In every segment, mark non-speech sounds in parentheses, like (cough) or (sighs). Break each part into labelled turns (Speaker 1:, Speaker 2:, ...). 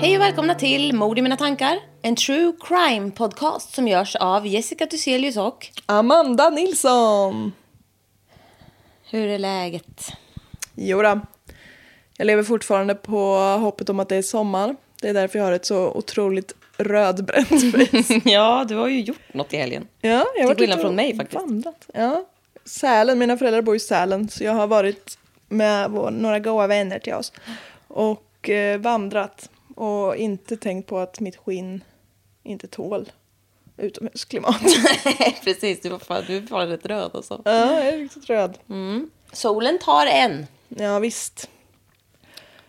Speaker 1: Hej och välkomna till Mord i mina tankar, en true crime podcast som görs av Jessica Thyselius och
Speaker 2: Amanda Nilsson!
Speaker 1: Hur är läget?
Speaker 2: Jodå. Jag lever fortfarande på hoppet om att det är sommar. Det är därför jag har ett så otroligt
Speaker 1: (laughs)
Speaker 2: rödbränt face.
Speaker 1: (laughs) ja, du har ju gjort något i helgen.
Speaker 2: Ja, jag har varit
Speaker 1: skillnad
Speaker 2: ute
Speaker 1: från
Speaker 2: och
Speaker 1: mig, faktiskt.
Speaker 2: Vandrat. Ja. Sälen, mina föräldrar bor i Sälen så jag har varit med vår, några goa vänner till oss och eh, vandrat och inte tänkt på att mitt skinn inte tål
Speaker 1: (laughs)
Speaker 2: utomhusklimat.
Speaker 1: (laughs) Precis, du var fan, du var fan rätt röd alltså.
Speaker 2: ja, jag är riktigt röd.
Speaker 1: Solen tar en.
Speaker 2: Ja, visst.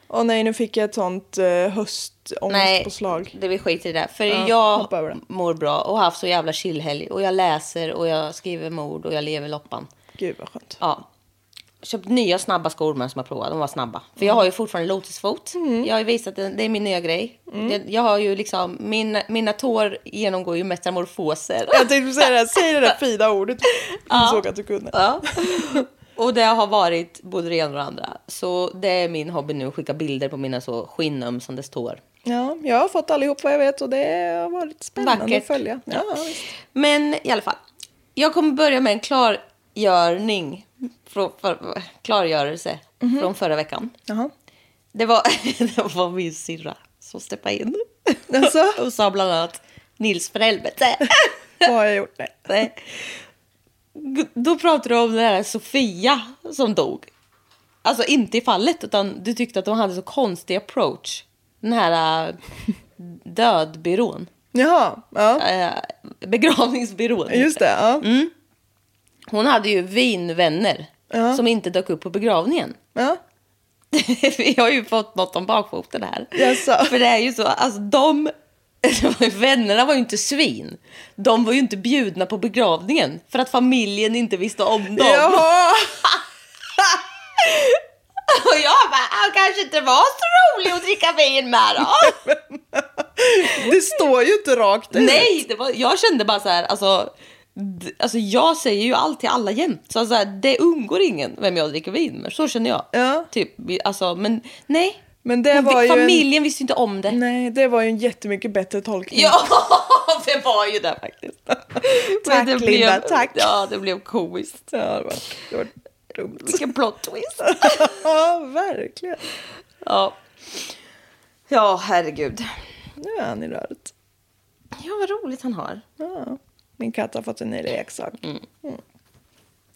Speaker 2: Åh nej, nu fick jag ett sånt eh, höstångestpåslag.
Speaker 1: det blir skit i det där. För
Speaker 2: Ja,
Speaker 1: jag
Speaker 2: hoppa över det.
Speaker 1: mår bra och har haft så jävla chillhelg. Och jag läser och jag skriver mord och jag lever loppan.
Speaker 2: Gud vad skönt.
Speaker 1: Ja. Köpt nya snabba skor med som jag provat. De var snabba. För jag har ju fortfarande lotusfot. Jag har ju visat det. Det är min nya grej. Det, jag har ju liksom, min, mina tår genomgår ju metamorfoser.
Speaker 2: Jag tänkte säga det, här, säg det där fina ordet jag insåg att du kunde.
Speaker 1: (laughs) Ja. Och det har varit både det ena och det andra. Så det är min hobby nu att skicka bilder på mina så skinnömsande tår.
Speaker 2: Ja, jag har fått allihop vad jag vet och det har varit spännande
Speaker 1: Vackert.
Speaker 2: att följa. Ja, visst.
Speaker 1: Men i alla fall. Jag kommer börja med en klargörning. Från, för, klargörelse från förra veckan.
Speaker 2: Mhm. Jaha.
Speaker 1: Det var, (laughs) det var min syrra som steppade in.
Speaker 2: Alltså?
Speaker 1: (laughs) Och sa bland annat Nils för helvete.
Speaker 2: (laughs) Vad har jag gjort? Nej.
Speaker 1: Nej. Då pratade du om den här Sofia som dog. Alltså inte i fallet utan du tyckte att de hade så konstig approach. Den här
Speaker 2: (laughs)
Speaker 1: äh, dödbyrån.
Speaker 2: Jaha, ja.
Speaker 1: Äh, begravningsbyrån.
Speaker 2: Just det, ja.
Speaker 1: Mm. Hon hade ju vinvänner
Speaker 2: Ja.
Speaker 1: som inte dök upp på begravningen. (laughs)
Speaker 2: ja.
Speaker 1: Vi har ju fått något om bakfoten här.
Speaker 2: Jaså?
Speaker 1: För det är ju så, alltså de... (laughs) Vännerna var ju inte svin. De var ju inte bjudna på begravningen för att familjen inte visste om dem.
Speaker 2: Jaha!
Speaker 1: (laughs) Och jag bara, han kanske inte var så rolig att dricka vin med då.
Speaker 2: Det står ju inte rakt ut.
Speaker 1: Nej, det var, jag kände bara så här, alltså, d- alltså jag säger ju allt till alla jämt. Så alltså, det undgår ingen vem jag dricker vin med. Så känner jag.
Speaker 2: Ja.
Speaker 1: Typ, alltså, men nej.
Speaker 2: Men det
Speaker 1: Men vi-
Speaker 2: var ju en...
Speaker 1: familjen visste ju inte om det.
Speaker 2: Nej, det var ju en jättemycket bättre tolkning.
Speaker 1: Ja, (laughs) det var ju det faktiskt.
Speaker 2: Tack,
Speaker 1: det
Speaker 2: Linda, tack.
Speaker 1: Ja, det blev komiskt.
Speaker 2: Ja, det var, det var dumt. (laughs)
Speaker 1: Vilken plot twist. (laughs)
Speaker 2: Ja, verkligen.
Speaker 1: Ja. ja, herregud.
Speaker 2: Nu är han i röret.
Speaker 1: Ja, vad roligt han har.
Speaker 2: Ja. Min katt har fått en ny leksak.
Speaker 1: Mm.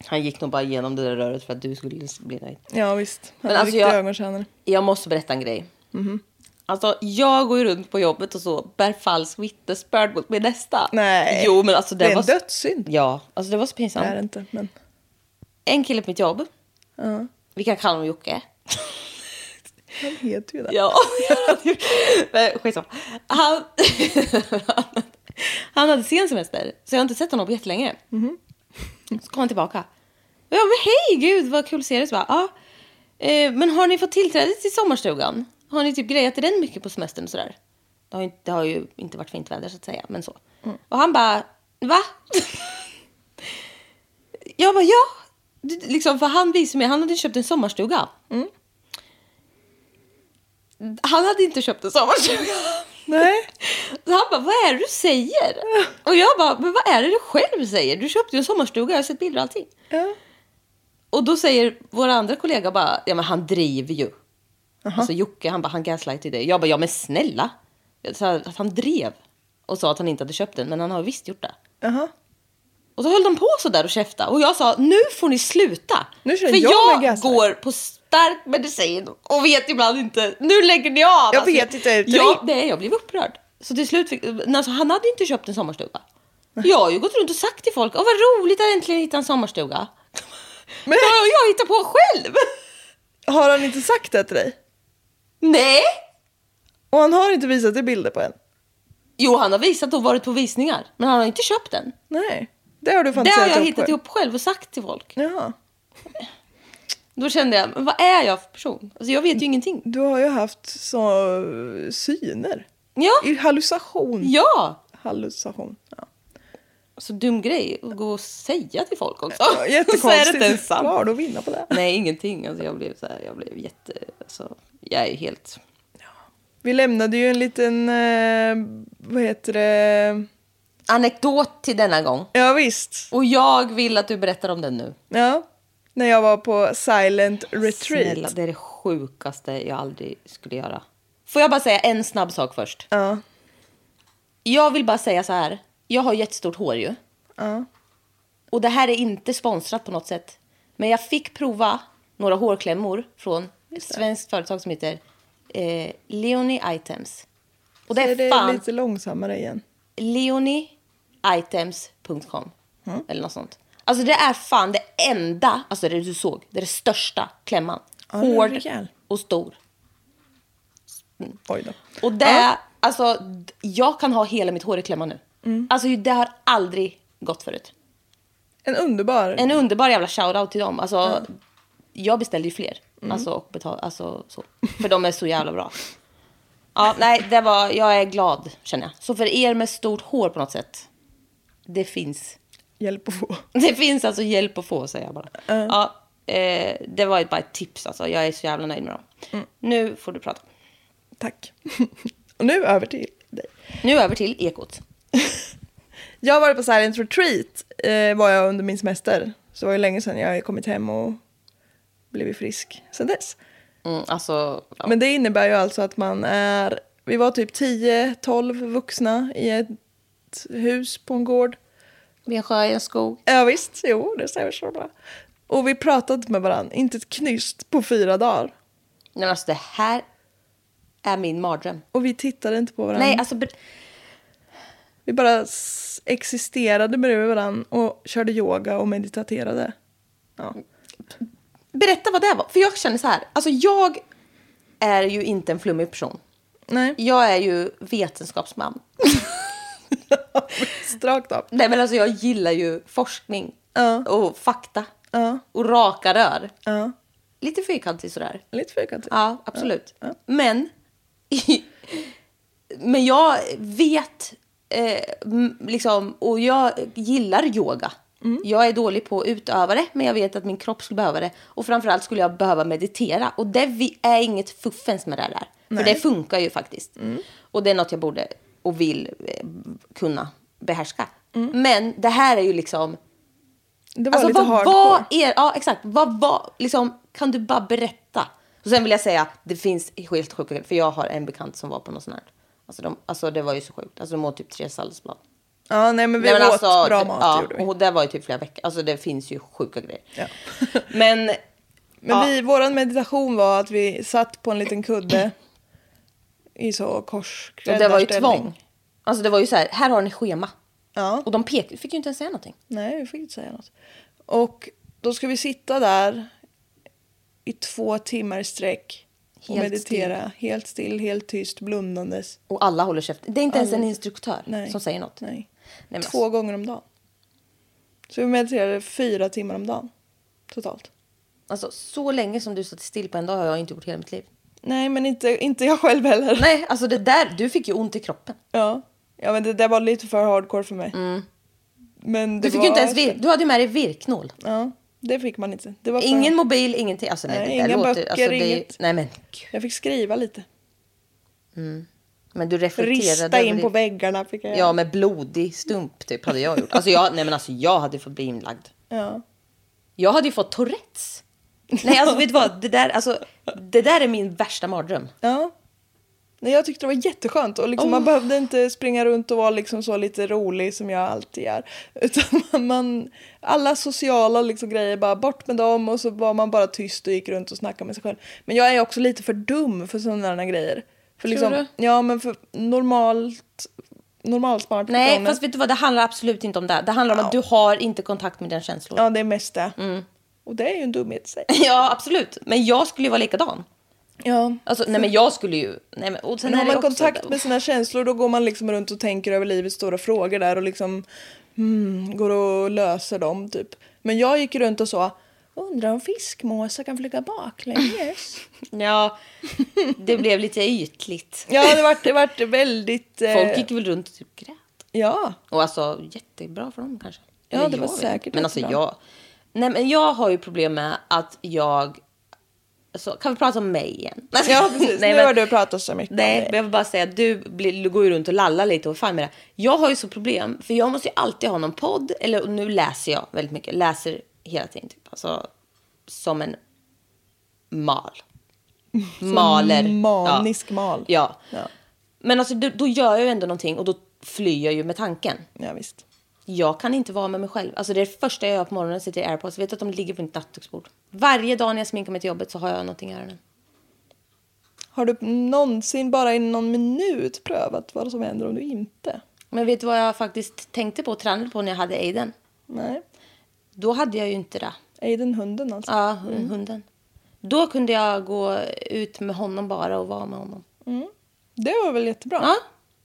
Speaker 1: Han gick nog bara igenom det där röret för att du skulle bli nöjd.
Speaker 2: Ja visst, han
Speaker 1: Men
Speaker 2: är
Speaker 1: alltså,
Speaker 2: riktig
Speaker 1: jag-
Speaker 2: ögontjänare.
Speaker 1: Jag måste berätta en grej.
Speaker 2: Mhm.
Speaker 1: Alltså, jag går ju runt på jobbet och så bär falskt vittnesbörd mot min nästa.
Speaker 2: Nej,
Speaker 1: Jo, men alltså det,
Speaker 2: det är en
Speaker 1: var... så-
Speaker 2: dödssynd.
Speaker 1: Ja, alltså det var så
Speaker 2: Det är det
Speaker 1: pinsamt.
Speaker 2: inte, men...
Speaker 1: En kille på mitt jobb,
Speaker 2: Ja,
Speaker 1: vi kan kalla honom
Speaker 2: (laughs)
Speaker 1: Jocke.
Speaker 2: han heter ju det.
Speaker 1: (laughs) Ja, men skitsamma. Han, (laughs) han hade sen semester, så jag har inte sett honom på jättelänge. Så kom han tillbaka. Och jag, men hej gud vad kul att se dig. Så bara, ah, eh, men har ni fått tillträde till sommarstugan? Har ni typ grejat i den mycket på semestern och sådär? Det har ju, det har ju inte varit fint väder så att säga, men så. Och han bara, va? (laughs) jag bara, ja. Du- Liksom, för han visade mig, han hade köpt en sommarstuga. Han hade inte köpt en sommarstuga.
Speaker 2: Nej.
Speaker 1: (laughs) Så han bara, vad är det du säger? Och jag bara, men vad är det du själv säger? Du köpte ju en sommarstuga, jag har sett bilder och allting.
Speaker 2: Ja.
Speaker 1: Och då säger vår andra kollega bara, ja men han driver ju. Alltså Jocke, han bara, han gaslightar ju dig. Jag bara, ja men snälla. Jag sa att han drev. Och sa att han inte hade köpt den, men han har visst gjort det.
Speaker 2: Jaha.
Speaker 1: Och så höll de på så där och käfta. Och jag sa, nu får ni sluta.
Speaker 2: Nu kör
Speaker 1: För
Speaker 2: jag
Speaker 1: jag,
Speaker 2: med gaslight.
Speaker 1: går på stark medicin och vet ibland inte. Nu lägger ni av. alltså.
Speaker 2: Jag vet inte, det-
Speaker 1: Ja, nej, jag blev upprörd. Så till slut, fick, men alltså, han hade ju inte köpt en sommarstuga. Jag har ju gått runt och sagt till folk, åh vad roligt att äntligen hitta en sommarstuga. Men...
Speaker 2: Men-
Speaker 1: Jag, jag hittar på själv.
Speaker 2: Har han inte sagt det till dig?
Speaker 1: Nej.
Speaker 2: Och han har inte visat dig bilder på en?
Speaker 1: Jo, han har visat och varit på visningar, men han har inte köpt den.
Speaker 2: Nej. Det har du
Speaker 1: Det har
Speaker 2: fantiserat
Speaker 1: jag
Speaker 2: ihop
Speaker 1: hittat
Speaker 2: själv.
Speaker 1: ihop själv och sagt till folk.
Speaker 2: Jaha.
Speaker 1: Då kände jag, men vad är jag för person? Alltså, jag vet ju ingenting.
Speaker 2: Du har ju haft så syner.
Speaker 1: Ja.
Speaker 2: I hallucination.
Speaker 1: Ja,
Speaker 2: Hallucination. Ja.
Speaker 1: så dum grej att gå och säga till folk också.
Speaker 2: Ja,
Speaker 1: (laughs) så är det inte ens
Speaker 2: Jättekonstigt.
Speaker 1: sant.
Speaker 2: Klar att vinna på det.
Speaker 1: Nej, ingenting. Alltså, jag blev så här, jag blev jätte... Alltså, jag är helt...
Speaker 2: Vi lämnade ju en liten, eh, vad heter det?
Speaker 1: Anekdot till denna gång.
Speaker 2: Ja visst.
Speaker 1: Och jag vill att du berättar om den nu.
Speaker 2: Ja. När jag var på silent retreat.
Speaker 1: Snälla, det är det sjukaste jag aldrig skulle göra. Får jag bara säga en snabb sak först?
Speaker 2: Ja.
Speaker 1: Jag vill bara säga så här. Jag har jättestort hår ju.
Speaker 2: Ja.
Speaker 1: Och det här är inte sponsrat på något sätt. Men jag fick prova några hårklämmor från ett svenskt företag som heter eh, Leonie Items. Och det
Speaker 2: Så
Speaker 1: är,
Speaker 2: det är
Speaker 1: fan
Speaker 2: lite långsammare igen.
Speaker 1: leonieitems.com.
Speaker 2: Mm.
Speaker 1: Eller något sånt. Alltså det är fan det enda, alltså det du såg, det är det största klämman.
Speaker 2: den är
Speaker 1: Hård
Speaker 2: rejäl.
Speaker 1: och stor.
Speaker 2: Oj då.
Speaker 1: Och det, alltså, d- jag kan ha hela mitt hår i klämma nu. Alltså det har aldrig gått förut.
Speaker 2: En underbar.
Speaker 1: En underbar jävla shoutout till dem. Alltså, Jag beställde ju fler. Alltså, och betal, alltså, så. För de är så jävla bra. Ja, nej, det var, jag är glad känner jag. Så för er med stort hår på något sätt. Det finns. (laughs)
Speaker 2: Hjälp att få. (laughs)
Speaker 1: Det finns alltså hjälp att få säger jag bara. Ja, eh, det var ju bara ett tips alltså. Jag är så jävla nöjd med dem. Nu får du prata.
Speaker 2: Tack. Och nu över till dig.
Speaker 1: Nu över till ekot.
Speaker 2: Jag har varit på silent retreat eh, var jag under min semester. Så det var ju länge sedan jag hade kommit hem och blivit frisk sedan dess.
Speaker 1: Mm, alltså, ja.
Speaker 2: Men det innebär ju alltså att man är, vi var typ 10-12 vuxna i ett hus på en gård.
Speaker 1: vid en sjö i en skog.
Speaker 2: Ja visst, jo det stämmer så bra. Och vi pratade inte med varandra, inte ett knyst på fyra dagar.
Speaker 1: Nej, men alltså det här är min mardröm.
Speaker 2: Och vi tittade inte på varandra.
Speaker 1: Nej, alltså ber-
Speaker 2: Vi bara s- existerade bredvid varandra och körde yoga och mediterade. Ja.
Speaker 1: berätta vad det var. För jag känner så här, alltså jag är ju inte en flummig person.
Speaker 2: Nej,
Speaker 1: Jag är ju vetenskapsman.
Speaker 2: rakt av.
Speaker 1: Nej, men alltså jag gillar ju forskning
Speaker 2: Ja.
Speaker 1: och fakta
Speaker 2: Ja.
Speaker 1: och raka rör.
Speaker 2: Ja,
Speaker 1: Lite fyrkantig sådär.
Speaker 2: lite fyrkantigt.
Speaker 1: Ja, absolut. Men, (laughs) men jag vet eh, m- liksom, och jag gillar yoga. Jag är dålig på att utöva det, men jag vet att min kropp skulle behöva det. Och framförallt skulle jag behöva meditera. Och det vi- är inget fuffens med det där. För det funkar ju faktiskt. Och det är något jag borde och vill eh, kunna behärska. Men det här är ju liksom...
Speaker 2: Det var
Speaker 1: Alltså,
Speaker 2: lite
Speaker 1: vad
Speaker 2: hardcore.
Speaker 1: var er, ja exakt, vad var, liksom, kan du bara berätta? Och sen vill jag säga, det finns helt sjuka grejer, för jag har en bekant som var på något sånt här. Alltså, de, alltså det var ju så sjukt, alltså de åt typ tre salladsblad.
Speaker 2: Ja, nej men vi
Speaker 1: Nej, men
Speaker 2: åt
Speaker 1: alltså,
Speaker 2: bra
Speaker 1: det-
Speaker 2: mat
Speaker 1: ja,
Speaker 2: gjorde vi.
Speaker 1: Och det var ju typ flera veckor, alltså det finns ju sjuka grejer.
Speaker 2: Ja.
Speaker 1: (laughs) Men
Speaker 2: Men
Speaker 1: Ja.
Speaker 2: vi, våran meditation var att vi satt på en liten kudde i så kors.
Speaker 1: och det var ju tvång. Alltså det var ju så här, här har ni schema.
Speaker 2: Ja.
Speaker 1: Och de pek, fick ju inte ens säga någonting.
Speaker 2: Nej, vi fick inte säga något. Och då ska vi sitta där i två timmar i sträck och
Speaker 1: Helt
Speaker 2: meditera. Helt still, helt tyst, blundandes.
Speaker 1: Och alla håller käften. Det är inte ens en instruktör
Speaker 2: Nej.
Speaker 1: som säger något.
Speaker 2: Nej.
Speaker 1: men
Speaker 2: Två gånger om dagen. Så vi mediterade fyra timmar om dagen totalt.
Speaker 1: Alltså, så länge som du satt still på en dag har jag inte gjort hela mitt liv.
Speaker 2: Nej, men inte, inte jag själv heller.
Speaker 1: Nej, alltså det där, du fick ju ont i kroppen.
Speaker 2: Ja. ja, men det där var lite för hardcore för mig. Men det
Speaker 1: Mm. Du fick
Speaker 2: var
Speaker 1: ju inte ens
Speaker 2: häftigt.
Speaker 1: vir- Du hade ju med dig virknål.
Speaker 2: Ja, det fick man inte. Det var för-
Speaker 1: Ingen mobil, ingenting. Alltså, nej,
Speaker 2: Nej,
Speaker 1: det där
Speaker 2: inga
Speaker 1: låter,
Speaker 2: böcker,
Speaker 1: alltså, det är ju-
Speaker 2: inget.
Speaker 1: Nej, men gud.
Speaker 2: Jag fick skriva lite.
Speaker 1: Men du reflekterade.
Speaker 2: Rista
Speaker 1: över
Speaker 2: in
Speaker 1: det.
Speaker 2: på väggarna fick jag
Speaker 1: Ja, med blodig stump typ hade jag gjort. Alltså jag, nej men alltså jag hade fått bli inlagd.
Speaker 2: ja.
Speaker 1: Jag hade ju fått Tourettes. Nej, alltså vet du vad? Det där, alltså, det där är min värsta mardröm.
Speaker 2: Ja. Nej, jag tyckte det var jätteskönt och liksom,
Speaker 1: Oh.
Speaker 2: man behövde inte springa runt och vara liksom så lite rolig som jag alltid är. (laughs) Utan man, man, alla sociala liksom grejer, bara bort med dem och så var man bara tyst och gick runt och snackade med sig själv. Men jag är ju också lite för dum för sådana grejer.
Speaker 1: Tror
Speaker 2: För liksom,
Speaker 1: du?
Speaker 2: Ja, men för normalt, normalsmart
Speaker 1: Nej,
Speaker 2: personer-
Speaker 1: fast vet du vad? Det handlar absolut inte om det. Det handlar om att du har inte kontakt med dina känslor. (laughs) Ja.
Speaker 2: Ja, det är mest det.
Speaker 1: Mm.
Speaker 2: Och det är ju en dumhet i sig.
Speaker 1: absolut. Men jag skulle ju vara likadan.
Speaker 2: Ja.
Speaker 1: Alltså, nej, men jag skulle ju... Nej, men, och sen
Speaker 2: Men
Speaker 1: är
Speaker 2: har
Speaker 1: det
Speaker 2: man
Speaker 1: också-
Speaker 2: kontakt med sina känslor då går man liksom runt och tänker över livets stora frågor där och liksom mm, går och löser dem typ. Men jag gick runt och sa undrar om fiskmåsar kan flyga baklänges?
Speaker 1: (laughs) Ja, det blev lite ytligt.
Speaker 2: ja, det vart, det vart väldigt... eh,
Speaker 1: Folk gick väl runt och typ grät.
Speaker 2: Ja,
Speaker 1: Och alltså jättebra för dem kanske.
Speaker 2: Ja,
Speaker 1: Eller
Speaker 2: det
Speaker 1: jag
Speaker 2: var
Speaker 1: vet
Speaker 2: säkert
Speaker 1: inte. Men alltså
Speaker 2: jättebra.
Speaker 1: jag... Nej, men jag har ju problem med att jag... Alltså, kan vi prata om mig igen?
Speaker 2: ja
Speaker 1: (laughs)
Speaker 2: precis.
Speaker 1: Nej,
Speaker 2: nu
Speaker 1: men-
Speaker 2: har du pratat så mycket
Speaker 1: Nej,
Speaker 2: om
Speaker 1: men
Speaker 2: det.
Speaker 1: jag vill bara säga att du, blir, du går ju runt och lallar lite och fan med det. Jag har ju så problem, för jag måste ju alltid ha någon podd, eller och nu läser jag väldigt mycket, läser hela tiden typ. Alltså, som en
Speaker 2: (laughs)
Speaker 1: mal. Maler.
Speaker 2: manisk mal.
Speaker 1: Ja.
Speaker 2: Ja.
Speaker 1: Men alltså, då, då gör jag ju ändå någonting och då flyr jag ju med tanken.
Speaker 2: Ja, visst.
Speaker 1: Jag kan inte vara med mig själv. Alltså det är det första jag gör på morgonen, sitter i airpods. Jag vet att de ligger på mitt nattduksbord. Varje dag när jag sminkar mig till jobbet så har jag någonting i öronen.
Speaker 2: Har du någonsin bara i någon minut prövat vad som händer om du inte?
Speaker 1: Men vet du vad jag faktiskt tänkte på och tränade på när jag hade Aiden?
Speaker 2: Nej.
Speaker 1: Då hade jag ju inte det.
Speaker 2: Aiden hunden alltså.
Speaker 1: Ja, hun- hunden. Då kunde jag gå ut med honom bara och vara med honom.
Speaker 2: Det var väl jättebra?
Speaker 1: Ja,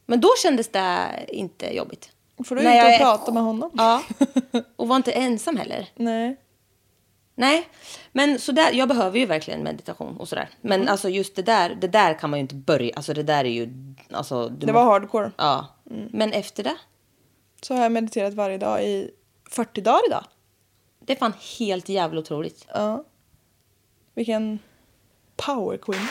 Speaker 1: men då kändes det inte jobbigt.
Speaker 2: Får du
Speaker 1: När
Speaker 2: inte
Speaker 1: jag
Speaker 2: att
Speaker 1: är-
Speaker 2: prata med honom?
Speaker 1: Ja, (laughs) och var inte ensam heller.
Speaker 2: (laughs) Nej.
Speaker 1: Nej, men sådär, jag behöver ju verkligen meditation och sådär. Men alltså just det där, det där kan man ju inte börja, alltså det där är ju, alltså. Du
Speaker 2: Det var
Speaker 1: må-
Speaker 2: hardcore.
Speaker 1: Ja, men efter det,
Speaker 2: Så har jag mediterat varje dag i 40 dagar idag.
Speaker 1: det är fan helt jävla otroligt.
Speaker 2: Ja. Vilken
Speaker 1: (laughs)
Speaker 2: power queen.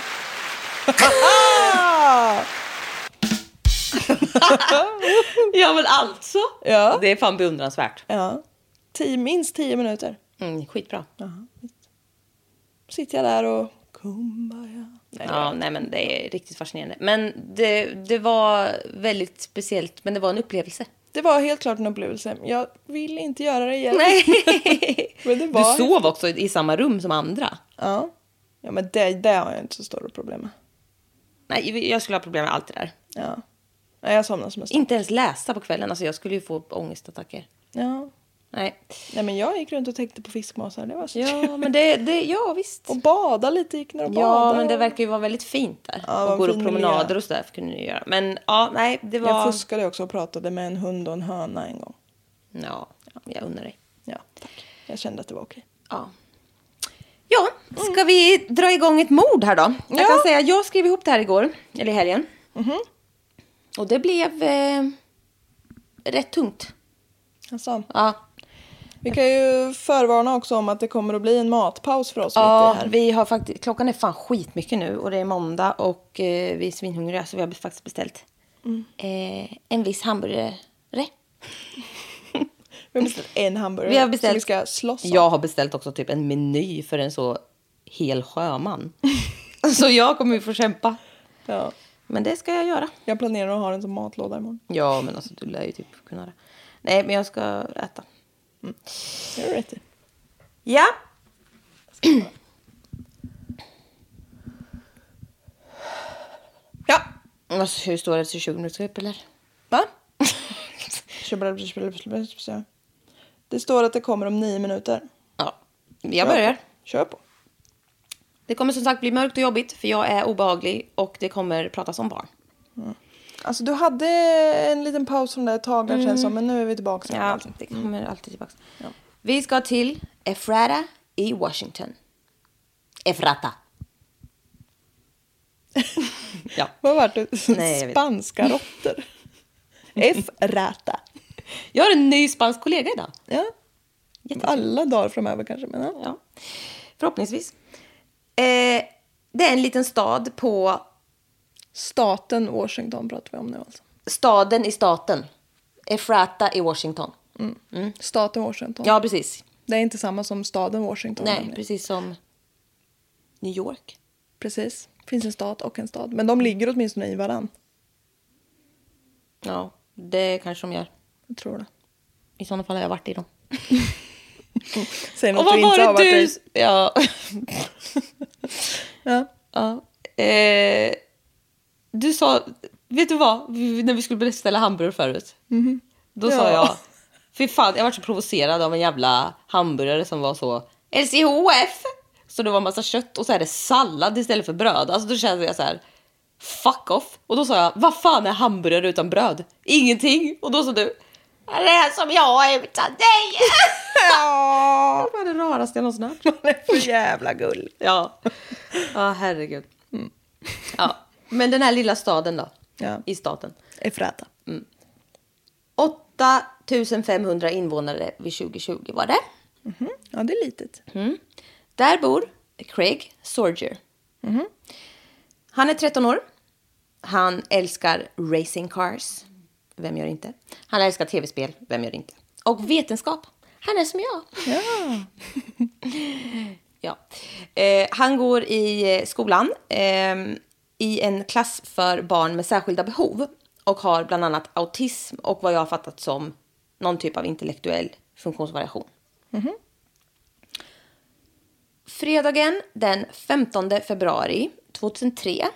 Speaker 1: Ja, men alltså.
Speaker 2: Ja.
Speaker 1: Det är fan beundransvärt.
Speaker 2: Ja. Tio, minst 10 minuter.
Speaker 1: Mm, skitbra.
Speaker 2: Sitter jag där och kumbaya. Nej,
Speaker 1: Ja, nej men det är riktigt fascinerande. Men det, det var väldigt speciellt, men det var en upplevelse.
Speaker 2: Det var helt klart en upplevelse. Jag vill inte göra det igen.
Speaker 1: (laughs) Nej.
Speaker 2: (laughs) Men det
Speaker 1: Du
Speaker 2: var...
Speaker 1: sov också i samma rum som andra.
Speaker 2: Ja. Ja men det, det har jag inte så stora problem med.
Speaker 1: Nej, jag skulle ha problem med allt det där.
Speaker 2: Ja. Nej, jag somnar som en
Speaker 1: Inte ens läsa på kvällen, alltså jag skulle ju få ångestattacker.
Speaker 2: Ja.
Speaker 1: Nej.
Speaker 2: Nej men jag gick runt och tänkte på fiskmåsar. Det var så
Speaker 1: Ja,
Speaker 2: (laughs) trevligt.
Speaker 1: men det, det ja visst.
Speaker 2: Och bada lite, gick ner och
Speaker 1: Ja,
Speaker 2: badade.
Speaker 1: men det verkar ju vara väldigt fint där.
Speaker 2: Ja,
Speaker 1: och
Speaker 2: vad
Speaker 1: går och
Speaker 2: fin miljö.
Speaker 1: promenader och sådär kunde ni göra. Men ja, nej, det var...
Speaker 2: Jag fuskade också och pratade med en hund och en höna en gång.
Speaker 1: Ja, jag undrar dig.
Speaker 2: Ja, tack. Jag kände att det var okej.
Speaker 1: Ja. Ja, ska vi dra igång ett mord här då? Jag
Speaker 2: Ja. Mhm.
Speaker 1: kan säga, jag skrev ihop det här igår, eller i helgen. Och det blev eh, rätt tungt.
Speaker 2: Alltså,
Speaker 1: Ja,
Speaker 2: vi kan ju förvarna också om att det kommer att bli en matpaus för oss
Speaker 1: ja
Speaker 2: mitt i det här.
Speaker 1: vi har faktiskt, klockan är fan skitmycket nu och det är måndag och eh, vi är svinhungriga så vi har faktiskt beställt
Speaker 2: Mm.
Speaker 1: eh, en viss hamburgare.
Speaker 2: Vi har beställt en hamburgare
Speaker 1: Vi har beställt...
Speaker 2: som vi ska slåss om.
Speaker 1: Jag har beställt också typ en meny för en så hel
Speaker 2: (laughs)
Speaker 1: sjöman. så jag kommer ju få kämpa.
Speaker 2: Ja.
Speaker 1: Men det ska jag göra.
Speaker 2: Jag planerar att ha den som matlåda imorgon.
Speaker 1: Ja, men alltså du lär ju typ kunna det. Nej, men jag ska äta.
Speaker 2: Det är rätt i.
Speaker 1: Ja.
Speaker 2: Ja!
Speaker 1: Alltså, hur står det till 20 minuter upp eller?
Speaker 2: Va? Det står att det kommer om nio minuter.
Speaker 1: (laughs) Ja, jag börjar.
Speaker 2: Kör på.
Speaker 1: Det kommer som sagt bli mörkt och jobbigt för jag är obehaglig och det kommer pratas om barn.
Speaker 2: Alltså du hade en liten paus från det ett tag där känns som, men nu är vi tillbaka. till
Speaker 1: Ja, Mm.
Speaker 2: allt.
Speaker 1: det kommer alltid tillbaka. Vi ska till Efrata i Washington. Efrata. (laughs) ja.
Speaker 2: Vad vart det?
Speaker 1: Nej, jag vet.
Speaker 2: Spanska råttor. (laughs) F-räta.
Speaker 1: Jag har en ny spansk kollega idag.
Speaker 2: Ja. Alla dagar framöver kanske, men ja.
Speaker 1: Ja. Förhoppningsvis. Eh, det är en liten stad på
Speaker 2: Staten Washington pratar vi om nu alltså.
Speaker 1: staden i staten. Efrata i Washington.
Speaker 2: Mm. Staten Washington.
Speaker 1: Mm. Ja, precis. Mm.
Speaker 2: Det är inte samma som staden Washington.
Speaker 1: Nej,
Speaker 2: nämligen.
Speaker 1: precis som New York.
Speaker 2: precis. Finns en stat och en stad. Men de ligger åtminstone i varann.
Speaker 1: Ja, det kanske de gör.
Speaker 2: Jag tror det.
Speaker 1: I sådana fall har jag varit i dem.
Speaker 2: Säg något
Speaker 1: Och vad
Speaker 2: du inte har
Speaker 1: var
Speaker 2: varit
Speaker 1: det
Speaker 2: i.
Speaker 1: du... Ja.
Speaker 2: Ja.
Speaker 1: ja. Eh, du sa... Vet du vad? Vi- När vi skulle beställa hamburgare förut. Då sa
Speaker 2: Mhm. Ja.
Speaker 1: jag... Fy fan, jag var så provocerad av en jävla hamburgare som var så... LCHF! Så det var massa kött och så är det sallad istället för bröd. Alltså då kände jag så här... Fuck off! Och då sa jag, vad fan är hamburgare utan bröd? Ingenting! Och då sa du, det är som jag är utan dig!
Speaker 2: (laughs) Ja,
Speaker 1: det var det raraste jag någonsin hört.
Speaker 2: man är för jävla gull.
Speaker 1: Ja, (laughs) ja herregud. Ja. Men den här lilla staden då,
Speaker 2: Ja.
Speaker 1: i staten.
Speaker 2: Efrata.
Speaker 1: 8500 invånare vid 2020 var det.
Speaker 2: Ja, det är litet.
Speaker 1: Där bor Craig Sorger. Han är 13 år. Han älskar racing cars. Vem gör inte? Han älskar tv-spel. Vem gör inte? Och vetenskap. Han är som jag.
Speaker 2: Ja.
Speaker 1: (laughs) Ja. Eh, han går i eh, skolan ehm, i en klass för barn med särskilda behov och har bland annat autism och vad jag har fattat som någon typ av intellektuell funktionsvariation. Fredagen den 15 februari 2003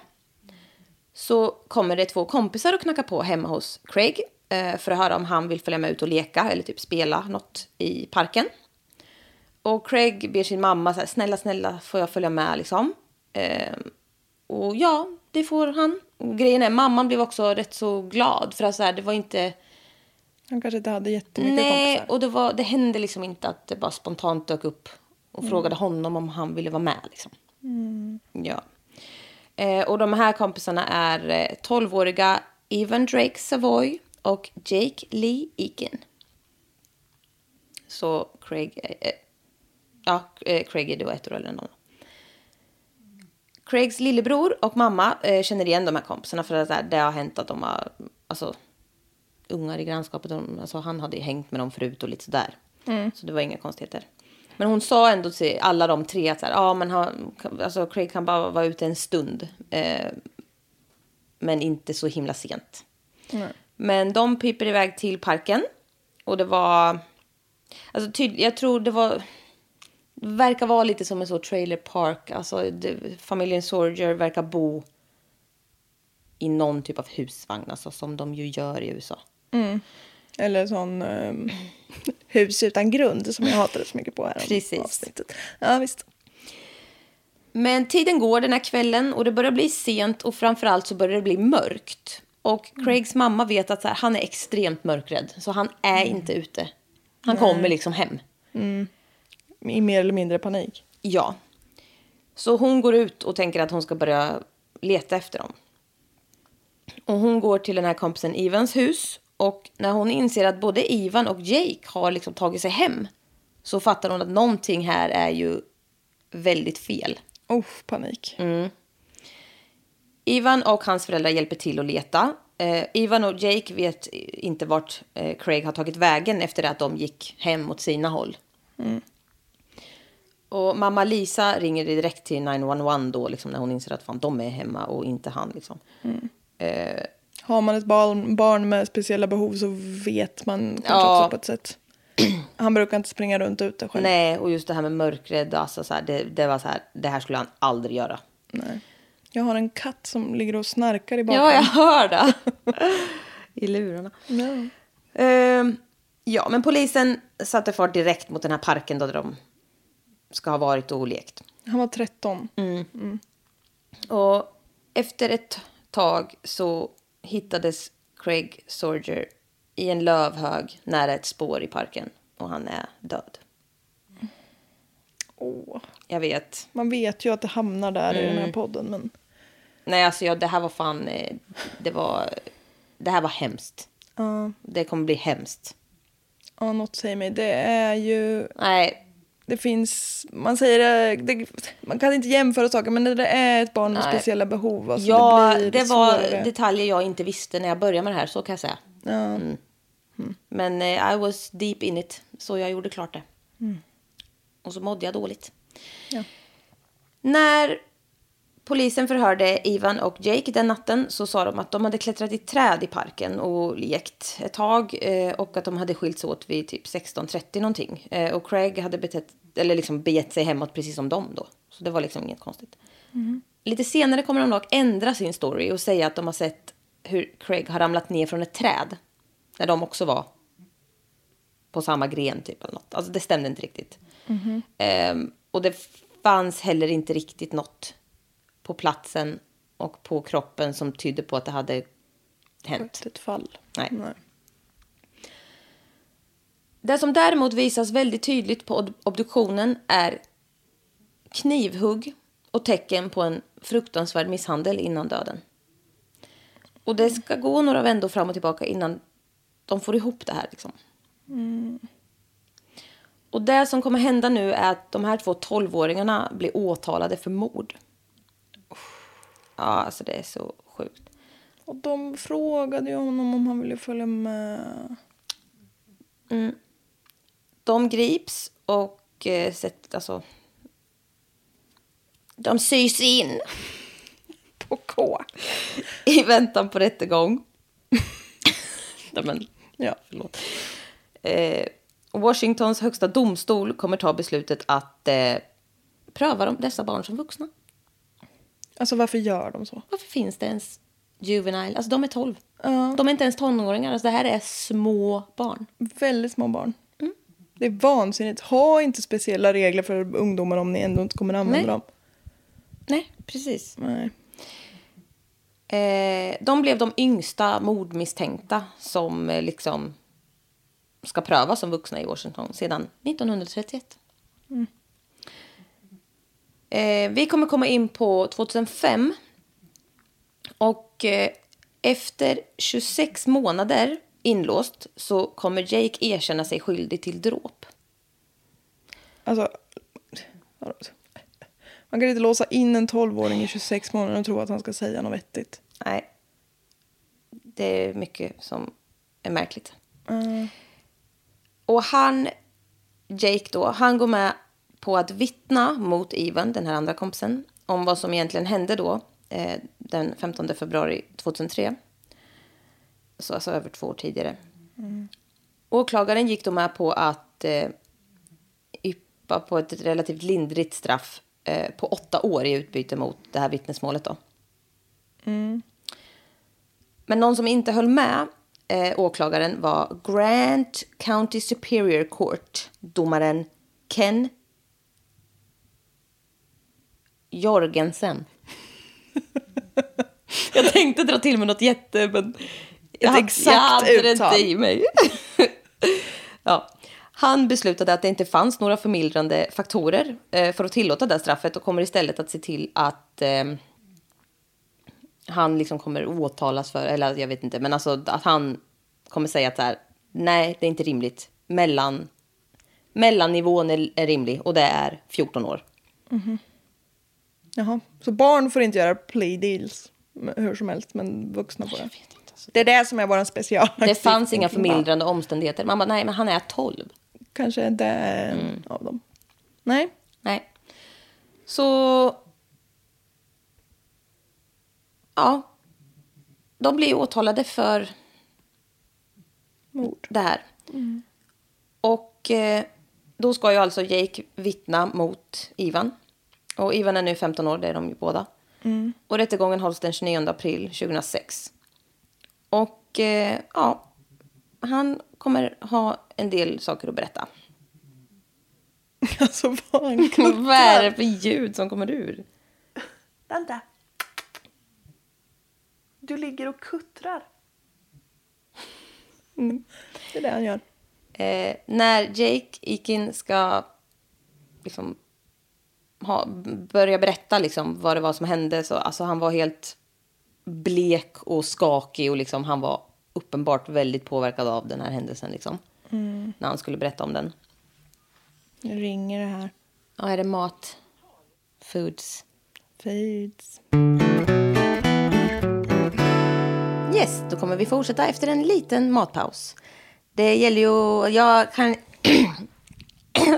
Speaker 1: så kommer det två kompisar och knacka på hemma hos Craig eh, för att höra om han vill följa med ut och leka eller typ spela något i parken. Och Craig ber sin mamma så här, snälla, snälla, får jag följa med liksom? Ehm, och ja, det får han. Och grejen är, mamman blev också rätt så glad för att så här, det var inte...
Speaker 2: Han kanske inte hade jättemycket
Speaker 1: Nej,
Speaker 2: kompisar.
Speaker 1: och det, var, det hände liksom inte att det bara spontant dök upp och
Speaker 2: Mm.
Speaker 1: frågade honom om han ville vara med liksom. Ja. Eh, och de här kompisarna är eh, 12-åriga Evan Drake Savoy och Jake Lee Egan. Så Craig... eh, Eh, ja, eh, Craig är då ett år eller någon. Craigs lillebror och mamma eh, känner igen de här kompisarna för att det, det har hänt att de har... Alltså, ungar i grannskapet. De, alltså, han hade ju hängt med dem förut och lite sådär. Så det var inga konstigheter. Men hon sa ändå till alla de tre att så här, ja, men han, alltså, Craig kan bara vara ute en stund. Eh, men inte så himla sent. Men de piper iväg till parken. Och det var... Alltså, tyd, jag tror det var... Det verkar vara lite som en så trailer park. Alltså, det, familjen Sorger verkar bo i någon typ av husvagn. Alltså, som de ju gör i USA.
Speaker 2: Eller sån ehm, hus utan grund som jag hatade så mycket på här om
Speaker 1: Precis.
Speaker 2: avsnittet. Ja, visst.
Speaker 1: Men tiden går den här kvällen och det börjar bli sent och framförallt så börjar det bli mörkt. Och Craigs mamma vet att så här, han är extremt mörkrädd, så han är inte ute. Han kommer liksom hem.
Speaker 2: I mer eller mindre panik.
Speaker 1: Ja. Så hon går ut och tänker att hon ska börja leta efter dem. Och hon går till den här kompisen Ivans hus. Och när hon inser att både Ivan och Jake har liksom tagit sig hem så fattar hon att någonting här är ju väldigt fel.
Speaker 2: Oh, panik.
Speaker 1: Ivan och hans föräldrar hjälper till att leta. Eh, Ivan och Jake vet inte vart eh, Craig har tagit vägen efter att de gick hem åt sina håll. Mm. Och mamma Lisa ringer direkt till 911 då, liksom, när hon inser att fan, de är hemma och inte han. Liksom.
Speaker 2: Har man ett barn, barn med speciella behov så vet man kanske
Speaker 1: Ja.
Speaker 2: också på ett sätt. (clears throat) Han brukar inte springa runt ute själv.
Speaker 1: Nej, och just det här med mörkrädd, alltså, så här, det, det var så här, det här skulle han aldrig göra.
Speaker 2: Nej. Jag har en katt som ligger och snarkar i
Speaker 1: Ja, jag
Speaker 2: bakgrunden.
Speaker 1: hör det. (laughs) I lurarna.
Speaker 2: Ja.
Speaker 1: Ehm, ja, men polisen satte fart direkt mot den här parken då de ska ha varit och lekt.
Speaker 2: Han var
Speaker 1: Mm.
Speaker 2: 13.
Speaker 1: Och efter ett tag så hittades Craig Sorger i en lövhög nära ett spår i parken och han är död.
Speaker 2: Åh,
Speaker 1: Jag vet.
Speaker 2: man vet ju att det hamnar där i
Speaker 1: Mm.
Speaker 2: den här podden, men
Speaker 1: Nej, alltså jag, det här var fan... eh, Det var... Det här var hemskt.
Speaker 2: ja,
Speaker 1: Det kommer bli hemskt.
Speaker 2: ja, något säger mig. Det är ju,
Speaker 1: Nej,
Speaker 2: det finns, man säger det, det, man kan inte jämföra saker, men det är ett barn med
Speaker 1: Nej.
Speaker 2: speciella behov. Alltså,
Speaker 1: ja,
Speaker 2: det,
Speaker 1: det,
Speaker 2: blir
Speaker 1: var
Speaker 2: svårare.
Speaker 1: detaljer jag inte visste när jag började med det här, så kan jag säga. Mm.
Speaker 2: Ja. Mm.
Speaker 1: Men eh, I was deep in it, så jag gjorde klart det. Och så mådde jag dåligt.
Speaker 2: Mm. Ja.
Speaker 1: När polisen förhörde Ivan och Jake den natten så sa de att de hade klättrat i ett träd i parken och lekt ett tag eh, och att de hade skilts åt vid typ 16.30 någonting. Eh, Och Craig hade betett, eller liksom begett sig hemåt precis som dem då. Så det var liksom inget konstigt. Lite senare kommer de dock ändra sin story och säga att de har sett hur Craig har ramlat ner från ett träd. När de också var på samma gren typ eller något. Alltså det stämde inte riktigt. Ehm, och det fanns heller inte riktigt något på platsen och på kroppen som tydde på att det hade hänt.
Speaker 2: Ett- ett fall.
Speaker 1: Nej. Det som däremot visas väldigt tydligt på ob- obduktionen är knivhugg och tecken på en fruktansvärd misshandel innan döden. Och det ska gå några vändor fram och tillbaka innan de får ihop det här. Liksom. Och det som kommer hända nu är att de här två tolvåringarna blir åtalade för mord. Ja, alltså det är så sjukt.
Speaker 2: Och de frågade ju honom om han ville följa med.
Speaker 1: De grips och eh, sätt, alltså, de sys in (laughs) på K i väntan på rättegång. (laughs) Nej, men,
Speaker 2: Ja.
Speaker 1: förlåt. Eh, Washingtons högsta domstol kommer ta beslutet att eh, pröva de, dessa barn som vuxna.
Speaker 2: Alltså varför gör de så?
Speaker 1: Varför finns det ens juvenile? Alltså, de är 12.
Speaker 2: Ja.
Speaker 1: De är inte ens tonåringar. Alltså, det här är små barn.
Speaker 2: Väldigt små barn.
Speaker 1: Mm.
Speaker 2: Det är vansinnigt. Ha inte speciella regler för ungdomar om ni ändå inte kommer använda
Speaker 1: Nej.
Speaker 2: dem.
Speaker 1: Nej, precis.
Speaker 2: Nej.
Speaker 1: Eh, de blev de yngsta mordmisstänkta som eh, liksom ska prövas som vuxna i Washington sedan 1931. Eh, vi kommer komma in på 2005. Och eh, efter 26 månader inlåst så kommer Jake erkänna sig skyldig till dråp.
Speaker 2: Alltså. Man kan inte låsa in en 12-åring i 26 månader och tro att han ska säga något vettigt.
Speaker 1: Nej. Det är mycket som är märkligt. Och han, Jake då, han går med på att vittna mot Ivan, den här andra kompisen, om vad som egentligen hände då, eh, den 15 februari 2003. Så alltså över två år tidigare. Åklagaren gick då med på att eh, yppa på ett relativt lindrigt straff eh, på åtta år i utbyte mot det här vittnesmålet då. Men någon som inte höll med eh, åklagaren var Grant County Superior Court, domaren Ken Jorgensen. (laughs) jag tänkte dra till med något jätte, men jag, hade-
Speaker 2: exakt
Speaker 1: jag hade
Speaker 2: uttal.
Speaker 1: det inte i mig. (laughs) ja. Han beslutade att det inte fanns några förmildrande faktorer eh, för att tillåta det här straffet och kommer istället att se till att ehm, han liksom kommer åtalas för, eller jag vet inte, men alltså att han kommer säga att så här, nej, det är inte rimligt. Mellan, mellannivån är, är rimlig och det är 14 år.
Speaker 2: Jaha. Så barn får inte göra play deals med- hur som helst, men vuxna får det. Det är det som är vår special.
Speaker 1: alltså. Det fanns inga förmildrande omständigheter. Man bara, nej, men han är 12.
Speaker 2: Kanske det är en
Speaker 1: Mm.
Speaker 2: av dem. Nej. (laughs)
Speaker 1: Nej. Så... Ja. De blir ju åtalade för
Speaker 2: Mord.
Speaker 1: det här. Och eh, då ska ju alltså Jake vittna mot Ivan. Och Ivan är nu 15 år, det är de ju båda. Och rättegången hålls den 29 april 2006. Och eh, ja, han kommer ha en del saker att berätta.
Speaker 2: Alltså vad han
Speaker 1: (laughs) Vad är det för ljud som kommer ur?
Speaker 2: Vänta. Du ligger och kuttrar. Mm. Det är det han gör.
Speaker 1: Eh, när Jake Ikin ska liksom ha, börja berätta liksom vad det var som hände så alltså han var helt blek och skakig och liksom han var uppenbart väldigt påverkad av den här händelsen liksom. När han skulle berätta om den.
Speaker 2: Nu ringer det här.
Speaker 1: Ja, är det mat? Foods.
Speaker 2: Foods.
Speaker 1: Yes, då kommer vi fortsätta efter en liten matpaus. Det gäller ju... Jag kan... (coughs)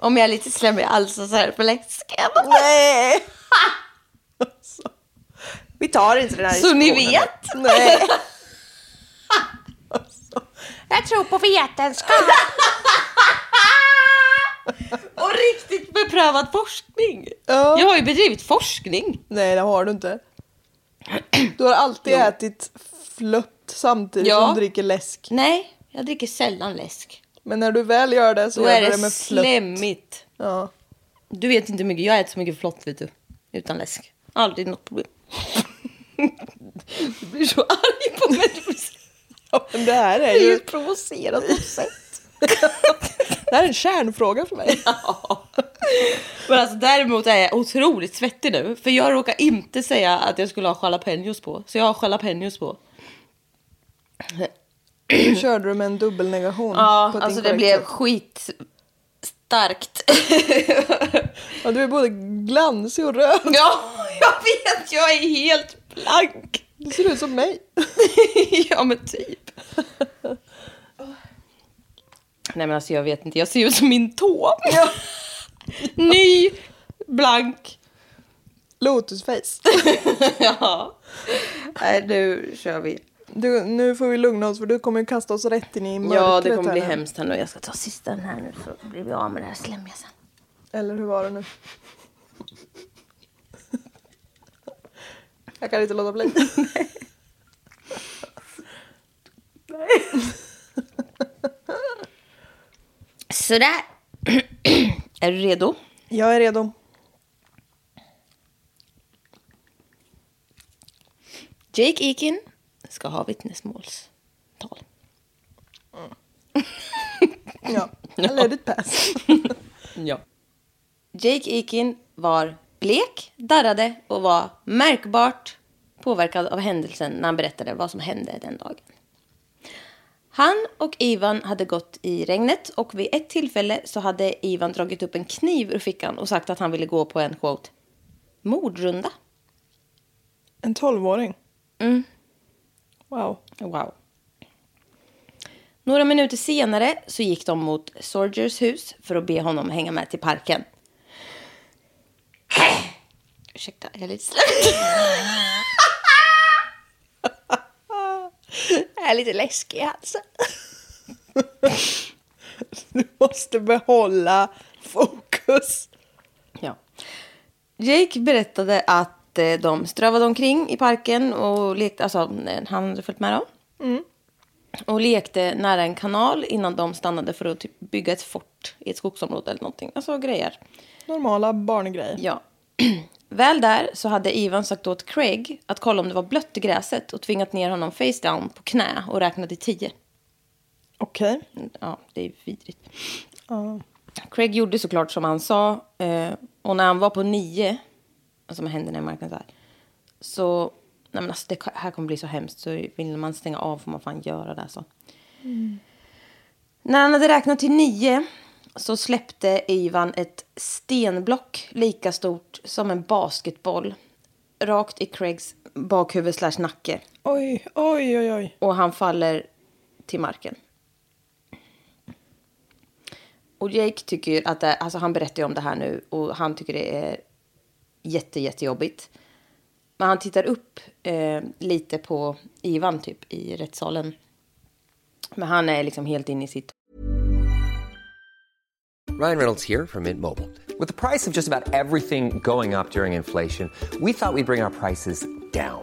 Speaker 1: Om jag är lite slemmig alltså så här på läxkan.
Speaker 2: (laughs) Nej! Alltså. Vi tar inte den här
Speaker 1: Så ni
Speaker 2: diskussionen.
Speaker 1: vet?
Speaker 2: Nej.
Speaker 1: Jag tror på vetenskap. (laughs) Och riktigt beprövad forskning.
Speaker 2: Ja.
Speaker 1: Jag har ju bedrivit forskning.
Speaker 2: Nej, det har du inte. Du har alltid ätit flött samtidigt
Speaker 1: Ja.
Speaker 2: som du dricker läsk.
Speaker 1: Nej, jag dricker sällan läsk.
Speaker 2: Men när du väl gör det så
Speaker 1: Då
Speaker 2: gör
Speaker 1: är
Speaker 2: du det
Speaker 1: det
Speaker 2: med flött.
Speaker 1: slemmigt.
Speaker 2: Ja.
Speaker 1: Du vet inte hur mycket, jag äter så mycket flott vet du. Utan läsk. Aldrig något problem. (laughs) du blir så arg på mig. Du blir så-
Speaker 2: Men det här är
Speaker 1: Jag är ju
Speaker 2: ju
Speaker 1: provocerad på sätt.
Speaker 2: (laughs) det här är en kärnfråga för mig.
Speaker 1: Men alltså däremot är jag otroligt svettig nu. För jag råkar inte säga att jag skulle ha jalapenos på. Så jag har jalapenos på.
Speaker 2: Nu körde du med en dubbelnegation.
Speaker 1: Ja,
Speaker 2: på ett
Speaker 1: alltså det
Speaker 2: inkorrekt
Speaker 1: blev
Speaker 2: sätt.
Speaker 1: skit (laughs) starkt.
Speaker 2: Ja, du är både glansig och röd.
Speaker 1: ja, jag vet, jag är helt blank. (laughs)
Speaker 2: Du ser ut som mig.
Speaker 1: ja, men typ. Nej, men alltså jag vet inte, jag ser ut som min tå. (laughs) Ny, blank.
Speaker 2: Lotusface.
Speaker 1: ja. Nej, nu kör vi.
Speaker 2: Du, nu får vi lugna oss för du kommer ju kasta oss rätt in i mörkret.
Speaker 1: Ja, det kommer
Speaker 2: här
Speaker 1: bli
Speaker 2: nu.
Speaker 1: hemskt här nu. Jag ska ta sista den här nu så blir vi av med det här slemmiga sen.
Speaker 2: Eller hur var det nu? Jag kan inte låta bli.
Speaker 1: Sådär. (clears throat) är du redo?
Speaker 2: Jag är redo.
Speaker 1: Jake Eakin ska ha vittnesmålstal.
Speaker 2: Ja. I let it pass.
Speaker 1: Ja. Jake Eakin var blek, darrade och var märkbart påverkad av händelsen när han berättade vad som hände den dagen. Han och Ivan hade gått i regnet och vid ett tillfälle så hade Ivan dragit upp en kniv ur fickan och sagt att han ville gå på en quote mordrunda.
Speaker 2: En tolvåring.
Speaker 1: Mm.
Speaker 2: Wow.
Speaker 1: Wow. Några minuter senare så gick de mot Sorgers hus för att be honom hänga med till parken. (sniffs) Ursäkta, jag är lite slö- (laughs) Jag är lite läskig i halsen.
Speaker 2: Du måste behålla fokus.
Speaker 1: Ja. Jake berättade att eh, de strövade omkring i parken och lekte, alltså eh, han hade följt med dem. Och lekte nära en kanal innan de stannade för att typ bygga ett fort i ett skogsområde eller någonting. Alltså grejer.
Speaker 2: Normala barngrejer.
Speaker 1: Ja. (clears throat) Väl där så hade Ivan sagt åt Craig att kolla om det var blött i gräset och tvingat ner honom face down på knä och räknade till tio.
Speaker 2: Okej.
Speaker 1: Ja, det är vidrigt.
Speaker 2: Ja.
Speaker 1: Craig gjorde såklart som han sa. eh, Och när han var på nio, alltså med händerna i marken så här. Så, nej men alltså det här kommer bli så hemskt. Så vill man stänga av får man fan göra det alltså. När han hade räknat till nio så släppte Ivan ett stenblock lika stort som en basketboll. Rakt i Craigs bakhuvud slash nacke.
Speaker 2: Oj, oj, oj, oj.
Speaker 1: Och han faller till marken. Och Jake tycker ju att det, alltså han berättar ju om det här nu och han tycker det är jätte, jättejobbigt. Men han tittar upp eh, lite på Ivan typ i rättssalen. Men han är liksom helt inne i sitt
Speaker 3: Ryan Reynolds here from Mint Mobile. With the price of just about everything going up during inflation, we thought we'd bring our prices down.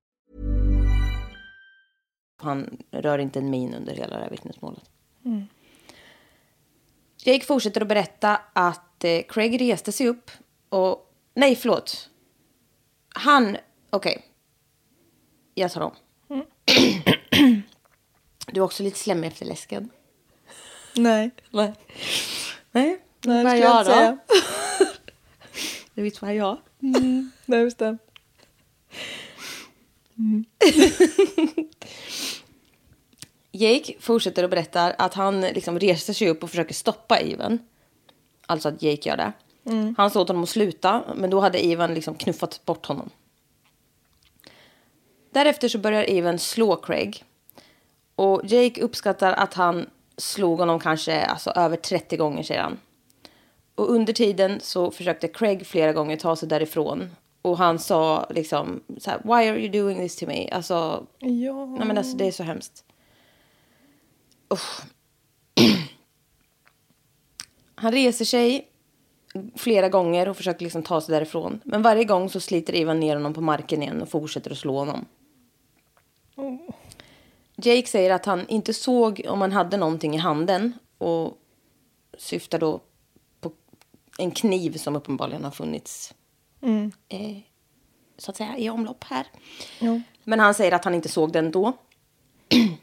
Speaker 1: Han rör inte en min under hela det här vittnesmålet. Mm. Jake fortsätter att berätta att eh, Craig reste sig upp och... Nej, förlåt. Han... Okej. Jag tar om. (clears throat) Du är också lite slemmig efter läsken.
Speaker 2: Nej,
Speaker 1: Nej. Nej,
Speaker 2: nej det
Speaker 1: Vad
Speaker 2: skulle
Speaker 1: jag
Speaker 2: jag inte
Speaker 1: då?
Speaker 2: säga. (laughs)
Speaker 1: du vet vad jag
Speaker 2: Nej, just det.
Speaker 1: Jake fortsätter och berättar att han liksom reser sig upp och försöker stoppa Ivan. Alltså att Jake gör det. Han sa åt honom att sluta, men då hade Ivan liksom knuffat bort honom. Därefter så börjar Ivan slå Craig. Och Jake uppskattar att han slog honom kanske alltså, över 30 gånger, säger han. Och under tiden så försökte Craig flera gånger ta sig därifrån. Och han sa liksom så här, why are you doing this to me? Alltså,
Speaker 2: Ja.
Speaker 1: nej men alltså det är så hemskt. (clears throat) Han reser sig flera gånger och försöker liksom ta sig därifrån. Men varje gång så sliter Ivan ner honom på marken igen och fortsätter att slå honom. Jake säger att han inte såg om han hade någonting i handen och syftar då på en kniv som uppenbarligen har funnits eh, så att säga i omlopp här. Men han säger att han inte såg den då. (clears throat)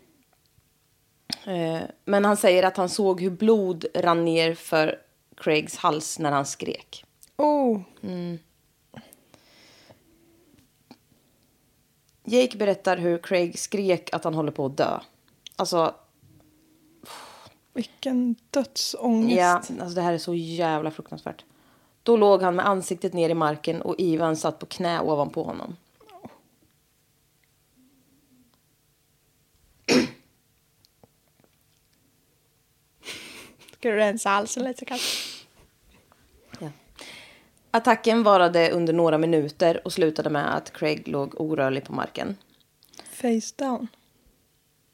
Speaker 1: Eh, Men han säger att han såg hur blod rann ner för Craigs hals när han skrek.
Speaker 2: Oh,
Speaker 1: Jake berättar hur Craig skrek att han håller på att dö. Alltså,
Speaker 2: vilken dödsångest.
Speaker 1: ja, alltså det här är så jävla fruktansvärt. Då låg han med ansiktet ner i marken och Ivan satt på knä ovanpå honom.
Speaker 2: Ska du rensa halsen lite kanske?
Speaker 1: Attacken varade under några minuter och slutade med att Craig låg orörlig på marken.
Speaker 2: Face down.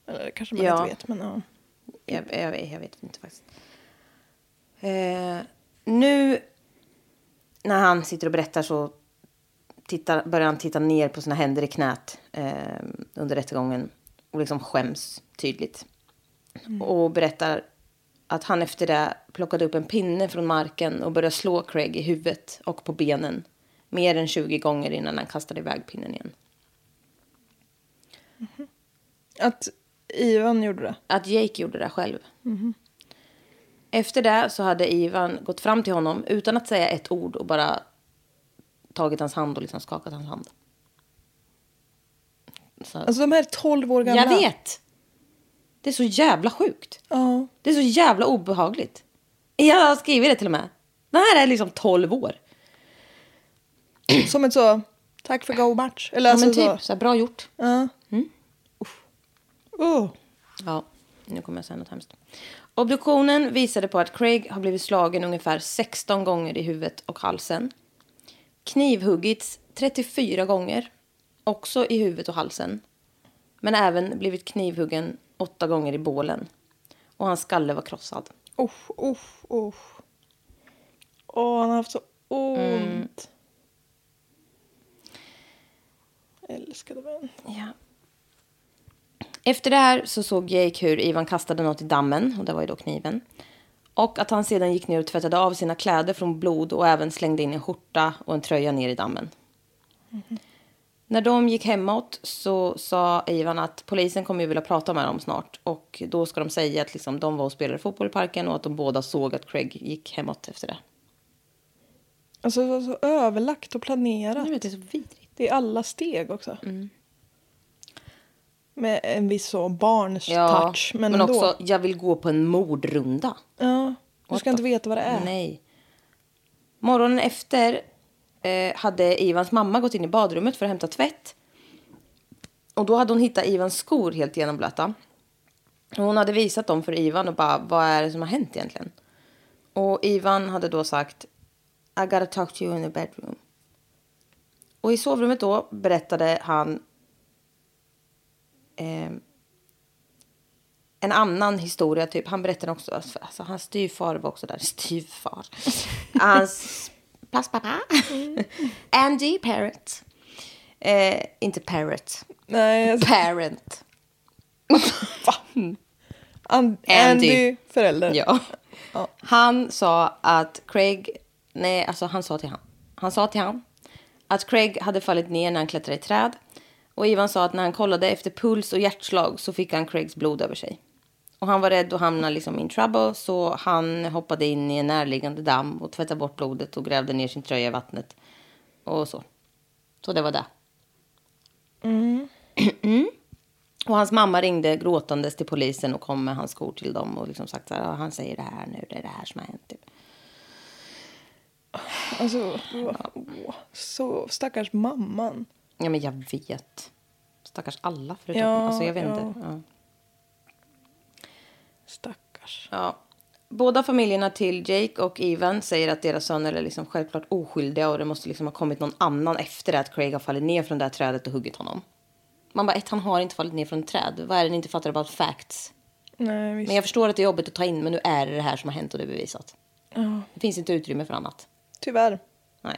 Speaker 2: Eller kanske man
Speaker 1: Ja.
Speaker 2: inte vet, men ja.
Speaker 1: Jag, jag, jag vet inte faktiskt. Eh, nu när han sitter och berättar så tittar, börjar han titta ner på sina händer i knät eh, under rättegången och liksom skäms tydligt. Och berättar att han efter det plockade upp en pinne från marken och började slå Craig i huvudet och på benen mer än 20 gånger innan han kastade iväg pinnen igen.
Speaker 2: Att Ivan gjorde det.
Speaker 1: att Jake gjorde det själv.
Speaker 2: Mhm.
Speaker 1: Efter det så hade Ivan gått fram till honom utan att säga ett ord och bara tagit hans hand och liksom skakat hans hand. Så,
Speaker 2: Alltså de här är 12 år gamla.
Speaker 1: jag vet! Det är så jävla sjukt.
Speaker 2: Ja.
Speaker 1: Det är så jävla obehagligt. Jag har skrivit det till och med. Den här är liksom 12 år.
Speaker 2: Som ett så, tack för go match. Eller
Speaker 1: Ja,
Speaker 2: alltså
Speaker 1: men
Speaker 2: så.
Speaker 1: typ, Mm. så här, bra gjort.
Speaker 2: Ja. Oh.
Speaker 1: Ja, nu kommer jag säga något hemskt. Obduktionen visade på att Craig har blivit slagen ungefär 16 gånger i huvudet och halsen. Knivhuggits 34 gånger, också i huvudet och halsen. Men även blivit knivhuggen 8 gånger i bålen. Och hans skalle var krossad.
Speaker 2: Usch, usch, usch. Åh, han har haft så ont.
Speaker 1: Mm.
Speaker 2: Älskade vän.
Speaker 1: Ja. Efter det här så såg Jake hur Ivan kastade något i dammen, och det var ju då kniven. Och att han sedan gick ner och tvättade av sina Mhm. kläder från blod och även slängde in en skjorta och en tröja ner i dammen. När de gick hemåt så sa Ivan att polisen kommer ju vilja prata med dem snart. Och då ska de säga att liksom de var och spelade fotboll i parken och att de båda såg att Craig gick hemåt efter det.
Speaker 2: Alltså det var så överlagt och planerat.
Speaker 1: Jag vet, det är så Mm. vidrigt.
Speaker 2: Det är alla steg också. Med en viss så barns touch. Men, ändå.
Speaker 1: också, jag vill gå på en mordrunda.
Speaker 2: Ja, du
Speaker 1: What
Speaker 2: ska
Speaker 1: the
Speaker 2: inte veta vad det är.
Speaker 1: Nej. Morgonen efter eh, hade Ivans mamma gått in i badrummet för att hämta tvätt. Och då hade hon hittat Ivans skor helt genomblöta. Och hon hade visat dem för Ivan och bara, vad är det som har hänt egentligen? Och Ivan hade då sagt, I gotta talk to you in the bedroom. Och i sovrummet då berättade han ehm, en annan historia. Typ. Han berättade också, alltså, hans styvfar var också där. Styvfar. Hans plastpappa. (laughs) Andy Parrott. Eh, inte Parrot.
Speaker 2: Nej, alltså,
Speaker 1: Parent.
Speaker 2: An- Andy.
Speaker 1: Andy.
Speaker 2: förälder.
Speaker 1: Ja. Han sa att Craig, nej alltså han sa till han. Han sa till han att Craig hade fallit ner när han klättrade i träd. Och Ivan sa att när han kollade efter puls och hjärtslag så fick han Craigs blod över sig. Och han var rädd och hamnade liksom in trouble så han hoppade in i en närliggande damm och tvättade bort blodet och grävde ner sin tröja i vattnet. Och så. Så det var det. Och hans mamma ringde gråtandes till polisen och kom med hans skor till dem och liksom sagt så här, "Ja, han säger det här nu, det är det här som har hänt. Typ.
Speaker 2: Alltså, åh, så stackars mamman.
Speaker 1: Ja, men jag vet. Stackars alla förutom,
Speaker 2: Ja,
Speaker 1: alltså jag vet inte.
Speaker 2: ja.
Speaker 1: Ja.
Speaker 2: Stackars.
Speaker 1: Ja. Båda familjerna till Jake och Ivan säger att deras söner är liksom självklart oskyldiga och det måste liksom ha kommit någon annan efter det att Craig har fallit ner från det här trädet och huggit honom. Man bara, ett, han har inte fallit ner från ett träd. Vad är det ni inte fattar about facts?
Speaker 2: Nej, visst.
Speaker 1: Men jag förstår att det är jobbigt att ta in, men nu är det det här som har hänt och det är bevisat.
Speaker 2: Ja.
Speaker 1: Det finns inte utrymme för annat.
Speaker 2: Tyvärr.
Speaker 1: Nej.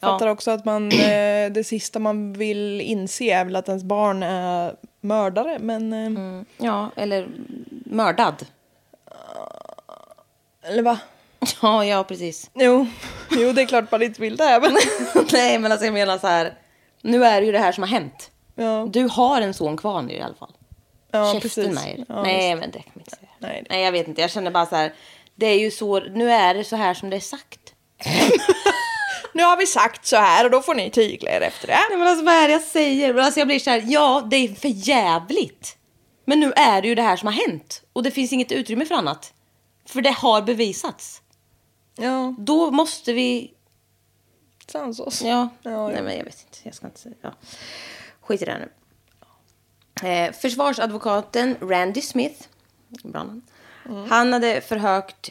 Speaker 2: Fattar också att man, eh, det sista man vill inse är väl att ens barn är mördare. Men, eh,
Speaker 1: Ja, eller mördad. (laughs)
Speaker 2: eller va?
Speaker 1: Ja, ja precis.
Speaker 2: Jo. (laughs) jo, det är klart man inte vill det.
Speaker 1: (laughs)
Speaker 2: Men,
Speaker 1: Nej, men alltså jag menar så här. Nu är det ju det här som har hänt.
Speaker 2: ja.
Speaker 1: Du har en son kvar nu i alla fall.
Speaker 2: Ja,
Speaker 1: Käften
Speaker 2: precis.
Speaker 1: med er.
Speaker 2: Ja,
Speaker 1: Nej, men det kan man inte säga.
Speaker 2: Nej, det-
Speaker 1: jag vet inte. Jag känner bara så här. Det är ju så. Nu är det så här som det är sagt.
Speaker 2: Nu har vi sagt så här och då får ni tygla er efter det.
Speaker 1: Nej, men alltså vad är det jag säger? Men Alltså jag blir så här. Ja, det är för jävligt. Men nu är det ju det här som har hänt. Och det finns inget utrymme för annat. För det har bevisats.
Speaker 2: Ja,
Speaker 1: Då måste vi
Speaker 2: sans oss.
Speaker 1: Ja.
Speaker 2: Ja,
Speaker 1: Nej,
Speaker 2: ja.
Speaker 1: men jag vet inte. Jag ska inte säga. Ja. Skit i det här nu. Eh, försvarsadvokaten Randy Smith, bra namn,
Speaker 2: Mm.
Speaker 1: han hade förhört,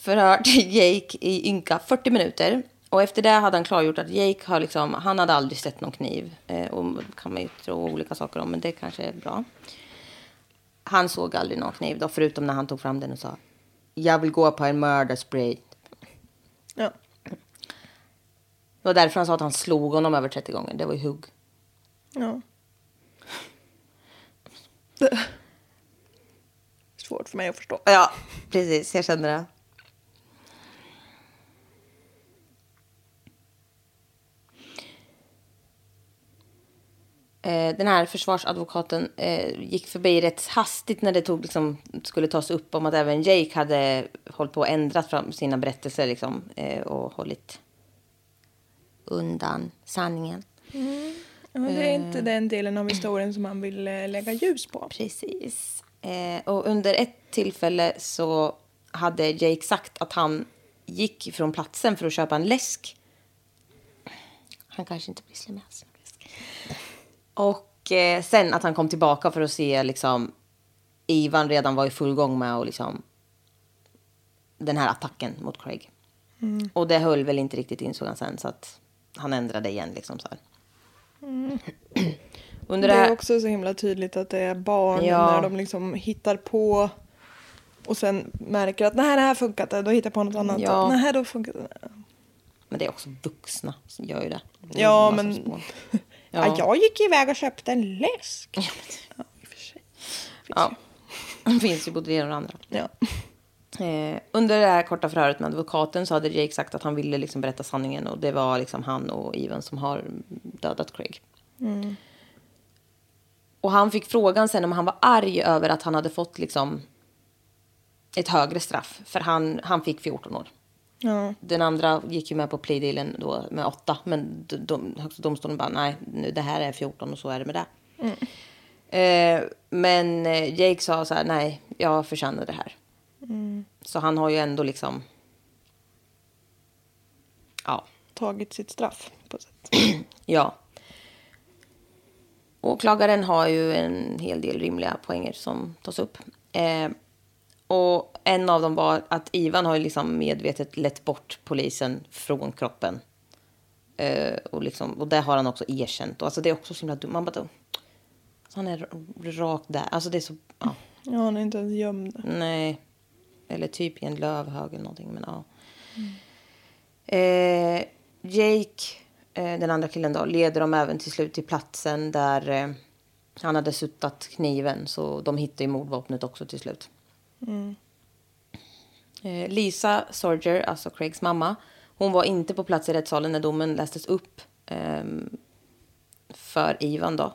Speaker 1: förhört (laughs) Jake i ynka 40 minuter. Och efter det hade han klargjort att Jake har liksom, han hade aldrig sett någon kniv. Eh, och det kan man ju tro olika saker om, men det kanske är bra. Han såg aldrig någon kniv då, förutom när han tog fram den och sa jag vill gå på en mördarspray.
Speaker 2: Ja.
Speaker 1: Det var därför han sa att han slog honom över 30 gånger. Det var ju hugg. (laughs)
Speaker 2: ja. Det- Svårt för mig att förstå.
Speaker 1: Ja, precis. Jag kände det. Eh, Den här försvarsadvokaten eh, gick förbi rätt hastigt när det tog, liksom, skulle tas upp om att även Jake hade hållit på och ändrat fram sina berättelser liksom, eh, och hållit undan sanningen.
Speaker 2: Ja, det är
Speaker 1: Eh.
Speaker 2: inte den delen av historien som man vill eh, lägga ljus på.
Speaker 1: Precis. Eh, och under ett tillfälle så hade Jake sagt att han gick från platsen för att köpa en läsk. Han kanske inte pysslar med alls. Och eh, sen att han kom tillbaka för att se liksom Ivan redan var i full gång med och liksom den här attacken mot Craig.
Speaker 2: Mm.
Speaker 1: Och det höll väl inte riktigt insåg han sen så att han ändrade igen liksom så här. Under
Speaker 2: Mm. Det
Speaker 1: det här...
Speaker 2: är också så himla tydligt att det är barn
Speaker 1: Ja.
Speaker 2: när de liksom hittar på och sen märker att nej det här funkar inte, då hittar jag på något annat.
Speaker 1: Ja.
Speaker 2: Nej, då funkar det.
Speaker 1: Men det är också vuxna som gör ju det. det är
Speaker 2: Ja,
Speaker 1: ju massa
Speaker 2: men- (laughs)
Speaker 1: spår.
Speaker 2: Ja.
Speaker 1: Ja,
Speaker 2: jag gick iväg och köpte en läsk. (laughs) Ja, i och för sig.
Speaker 1: ja. (laughs) Det finns ju både det ena och det andra.
Speaker 2: Ja. (laughs)
Speaker 1: Eh, under det här korta förhöret med advokaten så hade Jake sagt att han ville liksom berätta sanningen och det var liksom han och Ivan som har dödat Craig. Och han fick frågan sen om han var arg över att han hade fått liksom ett högre straff. För han, han fick 14 år.
Speaker 2: Ja.
Speaker 1: Den andra gick ju med på plea-dealen då med 8. Men de, de, Högsta domstolen bara nej, nu, det här är 14 och så är det med det. Eh, men eh, Jake sa så här nej, jag förtjänar det här. Så han har ju ändå liksom... Ja.
Speaker 2: Tagit sitt straff på ett sätt.
Speaker 1: Ja. Åklagaren har ju en hel del rimliga poänger som tas upp. Eh, och en av dem var att Ivan har ju liksom medvetet lett bort polisen från kroppen. Eh, och, liksom, och det har han också erkänt. Och alltså det är också så himla dumt. Man bara... Han är r- rakt där. Alltså det är så... Ja.
Speaker 2: Ja, han är inte ens gömd.
Speaker 1: Nej. Eller typ i en lövhög eller någonting. Men ja. Eh, Jake, eh, den andra killen då, leder dem även till slut till platsen där eh, han hade suttat kniven. Så de hittar ju mordvapnet också till slut. Eh, Lisa Sorger, alltså Craigs mamma, hon var inte på plats i rättssalen när domen lästes upp ehm, för Ivan då.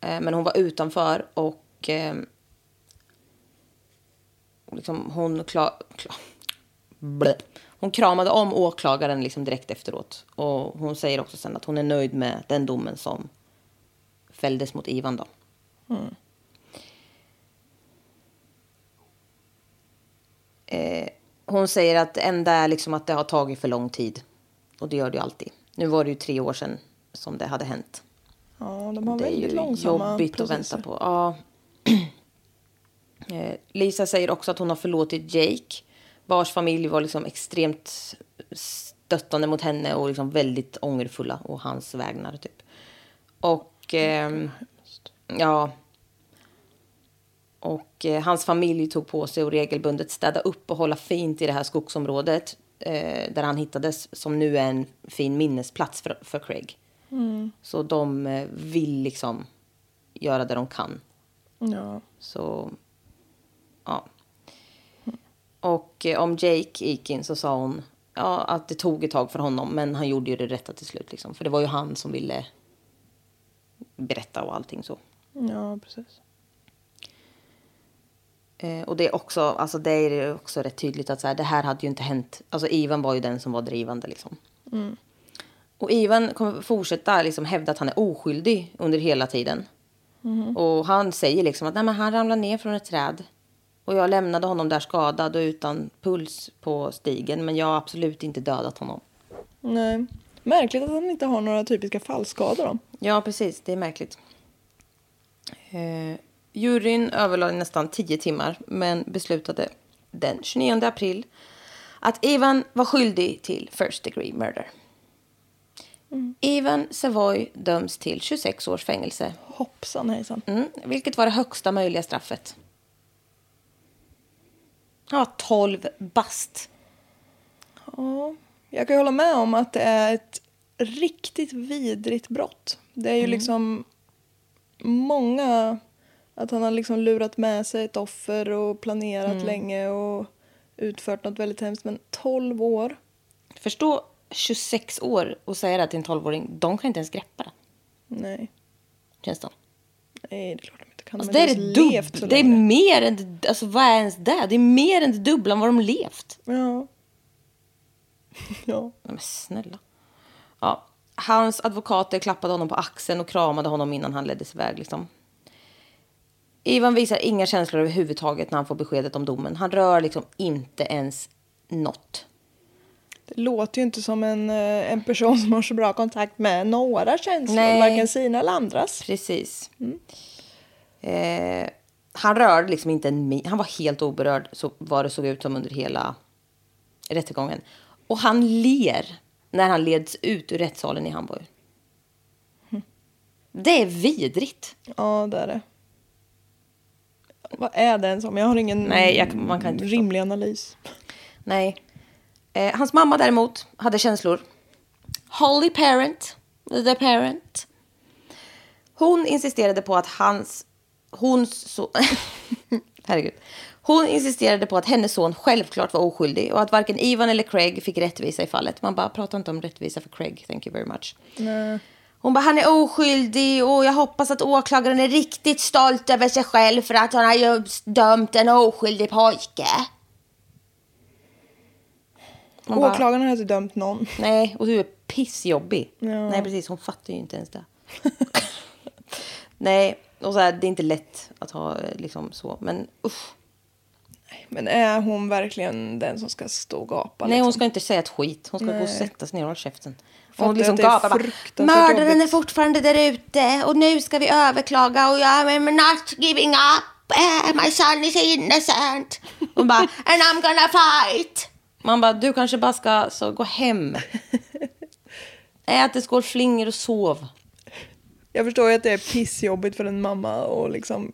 Speaker 1: Eh, men hon var utanför och ehm, liksom, hon, kla, kla, blä. hon kramade om åklagaren liksom direkt efteråt. Och hon säger också sen att hon är nöjd med den domen som fälldes mot Ivan. Då. Eh, hon säger att det enda är liksom att det har tagit för lång tid. Och det gör det ju alltid. Nu var det ju tre år sedan som det hade hänt.
Speaker 2: Ja, de har
Speaker 1: Det är
Speaker 2: väldigt
Speaker 1: ju
Speaker 2: långsamma
Speaker 1: jobbigt att
Speaker 2: processer.
Speaker 1: vänta på. Ja. (clears throat) Eh, Lisa säger också att hon har förlåtit Jake, vars familj var liksom extremt stöttande mot henne och liksom väldigt ångerfulla och hans vägnar. Typ. Och... ehm, ja. Och eh, hans familj tog på sig att regelbundet städa upp och hålla fint i det här skogsområdet eh, där han hittades, som nu är en fin minnesplats för, för Craig. Så de eh, vill liksom göra det de kan.
Speaker 2: Ja.
Speaker 1: Så, ja. Och eh, om Jake gick in så sa hon ja, att det tog ett tag för honom, men han gjorde ju det rätta till slut. Liksom. För det var ju han som ville berätta och allting så.
Speaker 2: ja, precis.
Speaker 1: Eh, och det är också, alltså det är ju också rätt tydligt att så här, det här hade ju inte hänt. Alltså Ivan var ju den som var drivande liksom. Och Ivan kommer fortsätta liksom hävda att han är oskyldig under hela tiden. Och han säger liksom att Nej, men han ramlade ner från ett träd. Och jag lämnade honom där skadad och utan puls på stigen. Men jag har absolut inte dödat honom.
Speaker 2: Nej. Märkligt att han inte har några typiska fallskador då.
Speaker 1: Ja, precis. Det är märkligt. Eh, juryn överlade i nästan 10 timmar men beslutade den 29 april att Ivan var skyldig till first degree murder. Ivan Savoy döms till 26 års fängelse,
Speaker 2: Hoppsan hejsan.
Speaker 1: mm, vilket var det högsta möjliga straffet. Han var 12 bast.
Speaker 2: Ja, jag kan ju hålla med om att det är ett riktigt vidrigt brott. Det är
Speaker 1: Mm.
Speaker 2: ju liksom många... Att han har liksom lurat med sig ett offer och planerat
Speaker 1: Mm.
Speaker 2: länge och utfört något väldigt hemskt. Men 12 år?
Speaker 1: Förstå 26 år och säga det här till en 12-åring. De kan inte ens greppa det,
Speaker 2: Nej,
Speaker 1: känns det som.
Speaker 2: nej det är klart de inte kan.
Speaker 1: Alltså, det
Speaker 2: De har
Speaker 1: är
Speaker 2: inte
Speaker 1: det
Speaker 2: ens levt så
Speaker 1: dubbla. Det är
Speaker 2: länge.
Speaker 1: mer än... Alltså vad är ens det? Det är mer än det dubbla än vad de levt.
Speaker 2: Ja. ja.
Speaker 1: Nej, Men snälla. Ja. Hans advokater klappade honom på axeln och kramade honom innan han leddes iväg. Liksom. Ivan visar inga känslor överhuvudtaget när han får beskedet om domen. Han rör liksom inte ens något.
Speaker 2: Det låter ju inte som en, eh, en person som har så bra kontakt med några känslor.
Speaker 1: Nej.
Speaker 2: Varken sina eller andras.
Speaker 1: Precis. Eh, han rörde liksom inte en min. Han var helt oberörd så vad det såg ut som under hela rättegången. Och han ler när han leds ut ur rättssalen i Hamburg. Det är vidrigt.
Speaker 2: Ja, det är det. Vad är det ens om? Jag har ingen
Speaker 1: Nej, jag- man kan inte förstå.
Speaker 2: rimlig analys.
Speaker 1: Nej. Eh, hans mamma däremot hade känslor. Holly Parent, the parent. Hon insisterade på att hans... Hons son... (laughs) Herregud. Hon insisterade på att hennes son självklart var oskyldig och att varken Ivan eller Craig fick rättvisa i fallet. Man bara, pratar inte om rättvisa för Craig, thank you very much. Hon bara, han är oskyldig och jag hoppas att åklagaren är riktigt stolt över sig själv för att han har ju dömt en oskyldig pojke. Man bara-
Speaker 2: Åklagaren har inte dömt någon.
Speaker 1: Nej, och du är pissjobbig.
Speaker 2: Ja.
Speaker 1: Nej, precis. Hon fattar ju inte ens det. (laughs) Nej, och så här, det är inte lätt att ha eh, liksom så. Men usch.
Speaker 2: Men är hon verkligen den som ska stå och gapa?
Speaker 1: Nej,
Speaker 2: liksom?
Speaker 1: hon ska inte säga ett skit. Hon ska gå och
Speaker 2: Nej.
Speaker 1: sätta sig ner och hålla käften. Och
Speaker 2: Fattar
Speaker 1: hon liksom
Speaker 2: att det är
Speaker 1: gapar bara.
Speaker 2: fruktansvärt
Speaker 1: Mördaren är
Speaker 2: jobbigt."
Speaker 1: fortfarande där ute och nu ska vi överklaga och jag är not giving up. Eh, My son is innocent. Hon bara, and I'm gonna fight. Man bara, du kanske bara ska så, gå
Speaker 2: (laughs)
Speaker 1: hem. Ät en skål flingor och sov.
Speaker 2: Jag förstår ju att det är pissjobbigt för en mamma och liksom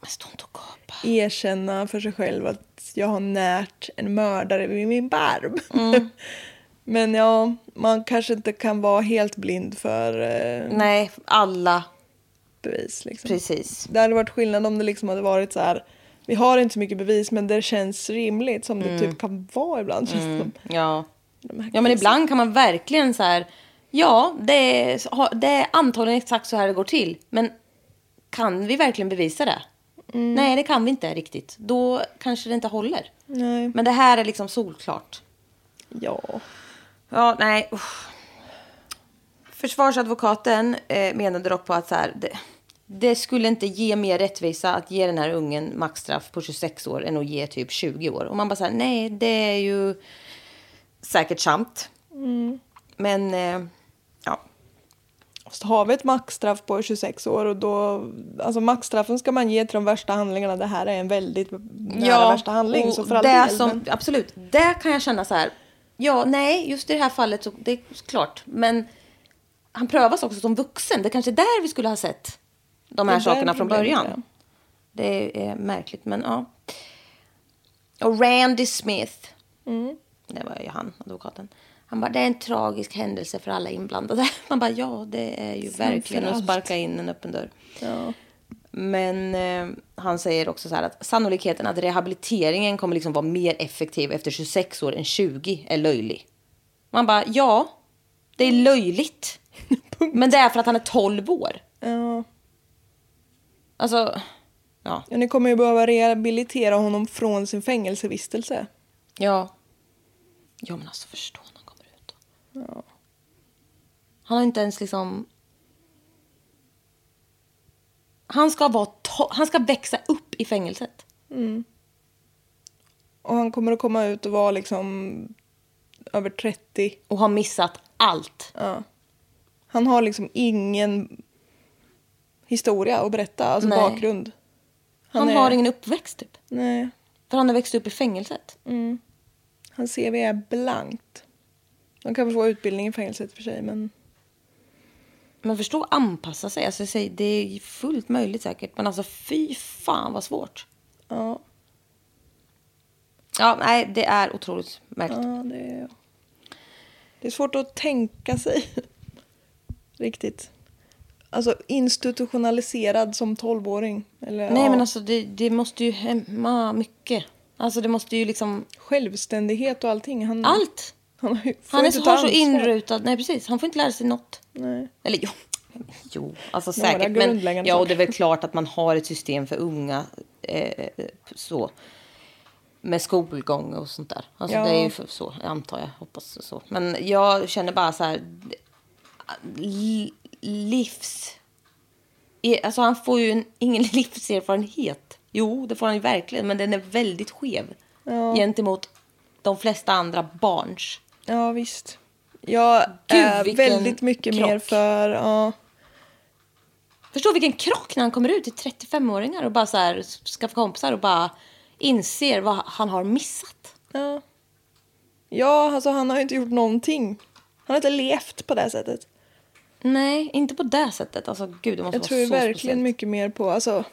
Speaker 1: Men stå inte och gapa.
Speaker 2: erkänna för sig själv att jag har närt en mördare vid min barm.
Speaker 1: Mm.
Speaker 2: (laughs) Men ja, man kanske inte kan vara helt blind för eh,
Speaker 1: Nej, alla.
Speaker 2: bevis. Liksom.
Speaker 1: Precis.
Speaker 2: Det hade varit skillnad om det liksom hade varit så här. Vi har inte så mycket bevis men det känns rimligt som det typ kan vara ibland. känns det som.
Speaker 1: Ja.
Speaker 2: De här
Speaker 1: Mm. ja, men
Speaker 2: kris-
Speaker 1: ibland kan man verkligen så här... Ja, det är, ha- det är antagligen exakt så här det går till. Men kan vi verkligen bevisa det? Nej, det kan vi inte riktigt. Då kanske det inte håller.
Speaker 2: Nej.
Speaker 1: Men det här är liksom solklart.
Speaker 2: Ja.
Speaker 1: Ja, nej. uff. Försvarsadvokaten eh, menade dock på att så här, det, det skulle inte ge mer rättvisa att ge den här ungen maxstraff på 26 år än att ge typ 20 år. Och man bara så här, nej, det är ju säkert sant. Men eh, ja,
Speaker 2: Så har vi ett maxstraff på 26 år och då, alltså maxstraffen ska man ge till de värsta handlingarna. Det här är en väldigt nära värsta handling.
Speaker 1: och
Speaker 2: Så för all
Speaker 1: det
Speaker 2: del,
Speaker 1: som,
Speaker 2: men-
Speaker 1: Absolut, det kan jag känna så här. Ja, nej, just i det här fallet så det är klart. Men han prövas också som vuxen. Det kanske är där vi skulle ha sett de
Speaker 2: Det
Speaker 1: här
Speaker 2: är där
Speaker 1: sakerna från
Speaker 2: problemet
Speaker 1: början.
Speaker 2: är.
Speaker 1: Det är märkligt, men ja. Och Randy Smith.
Speaker 2: Mm.
Speaker 1: Det var ju han, advokaten. Han bara, det är en tragisk händelse för alla inblandade. (laughs) Man bara, ja, det är ju verkligen att
Speaker 2: allt.
Speaker 1: sparka in en öppen dörr.
Speaker 2: Ja.
Speaker 1: Men eh, han säger också så här att sannolikheten att rehabiliteringen kommer liksom vara mer effektiv efter 26 år än 20 är löjlig. Man bara, ja, det är (laughs) löjligt. Men det är för att han är 12 år.
Speaker 2: Ja.
Speaker 1: Alltså, ja.
Speaker 2: Ja, ni kommer ju behöva rehabilitera honom från sin fängelsevistelse.
Speaker 1: Ja. Ja, men alltså förstå när han kommer ut. då. Han har inte ens liksom... Han ska, vara to- han ska växa upp i fängelset.
Speaker 2: Och han kommer att komma ut och vara liksom över 30.
Speaker 1: Och har missat allt.
Speaker 2: Han har liksom ingen historia att berätta, alltså
Speaker 1: Nej.
Speaker 2: bakgrund.
Speaker 1: Han,
Speaker 2: är-
Speaker 1: har ingen uppväxt typ.
Speaker 2: Nej, mm.
Speaker 1: För han har växt upp i fängelset.
Speaker 2: hans CV är blankt. De kan väl få utbildning i fängelset för sig, men...
Speaker 1: Men förstå att anpassa sig. Alltså, jag säger, det är ju fullt möjligt säkert. Men alltså fy fan vad svårt.
Speaker 2: Ja,
Speaker 1: Ja, nej, det är otroligt märkligt.
Speaker 2: ja det, är... det är svårt att tänka sig. (laughs) Riktigt. Alltså institutionaliserad som tolvåring. Eller,
Speaker 1: Nej,
Speaker 2: ja,
Speaker 1: men alltså det, det måste ju hemma mycket. Alltså det måste ju liksom
Speaker 2: Självständighet och allting. Han,
Speaker 1: allt.
Speaker 2: han, har ju- får
Speaker 1: Han är
Speaker 2: inte
Speaker 1: så,
Speaker 2: ta
Speaker 1: har så
Speaker 2: ansvar.
Speaker 1: inrutad. Nej, precis. Han får inte lära sig något.
Speaker 2: Nej.
Speaker 1: Eller jo, jo alltså
Speaker 2: Några
Speaker 1: säkert. Men,
Speaker 2: grundläggande
Speaker 1: ja, och
Speaker 2: saker.
Speaker 1: det är väl klart att man har ett system för unga eh, så. Med skolgång och sånt där. Alltså
Speaker 2: Ja.
Speaker 1: det är ju för, så, jag antar jag, hoppas så. Men jag känner bara så här, li, livs... i- Alltså han får ju en, ingen (laughs) livserfarenhet. Jo, det får han ju verkligen, men den är väldigt skev. Gentemot de flesta andra barns.
Speaker 2: Ja, visst. Jag
Speaker 1: Gud,
Speaker 2: är
Speaker 1: vilken
Speaker 2: väldigt mycket mer
Speaker 1: krock.
Speaker 2: för... Ja,
Speaker 1: Förstå vilken krock när han kommer ut till 35-åringar och bara så här skaffar kompisar och bara inser vad han har missat.
Speaker 2: ja. ja, alltså han har ju inte gjort någonting. Han har inte levt på det sättet.
Speaker 1: Nej, inte på det sättet. Alltså gud, det måste
Speaker 2: Jag
Speaker 1: vara
Speaker 2: tror
Speaker 1: så
Speaker 2: ju verkligen
Speaker 1: speciellt.
Speaker 2: mycket mer på... Alltså,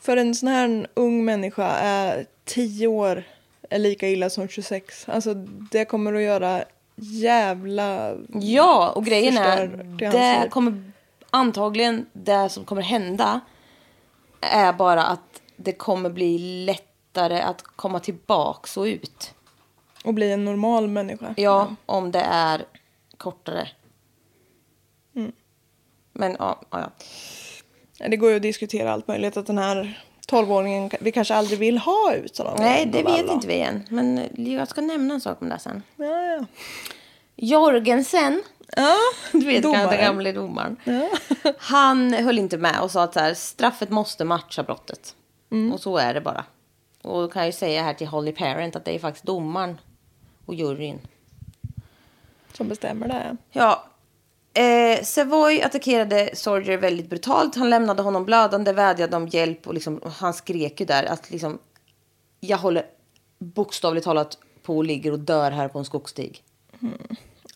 Speaker 2: för en sån här ung människa är 10 år är lika illa som 26. Alltså det kommer att göra jävla...
Speaker 1: Ja, och grejen
Speaker 2: Förstör
Speaker 1: är,
Speaker 2: det han
Speaker 1: det
Speaker 2: ser.
Speaker 1: kommer antagligen, det som kommer hända är bara att det kommer bli lättare att komma tillbaks och ut.
Speaker 2: Och bli en normal människa. Mm.
Speaker 1: Ja, om det är kortare. Men ja, ja, ja.
Speaker 2: Ja, Det går ju att diskutera allt möjligt. Att den här tolvåringen, vi kanske aldrig vill ha ut honom.
Speaker 1: Nej, det vet inte vi än. Men jag ska nämna en sak om det sen.
Speaker 2: Ja, ja.
Speaker 1: Jorgensen,
Speaker 2: ja.
Speaker 1: (laughs) du vet kanske den
Speaker 2: Domaren.
Speaker 1: gamle domaren. (laughs) Han höll inte med och sa att så här, straffet måste matcha brottet. Och så är det bara. Och då kan jag ju säga här till Holly Parent att det är faktiskt domaren och juryn
Speaker 2: Som bestämmer det. här.
Speaker 1: Ja. Eh, Savoy attackerade Sorger väldigt brutalt. Han lämnade honom blödande, vädjade om hjälp och liksom, och han skrek ju där att liksom, jag håller bokstavligt talat på och ligger och dör här på en skogsstig.
Speaker 2: Mm.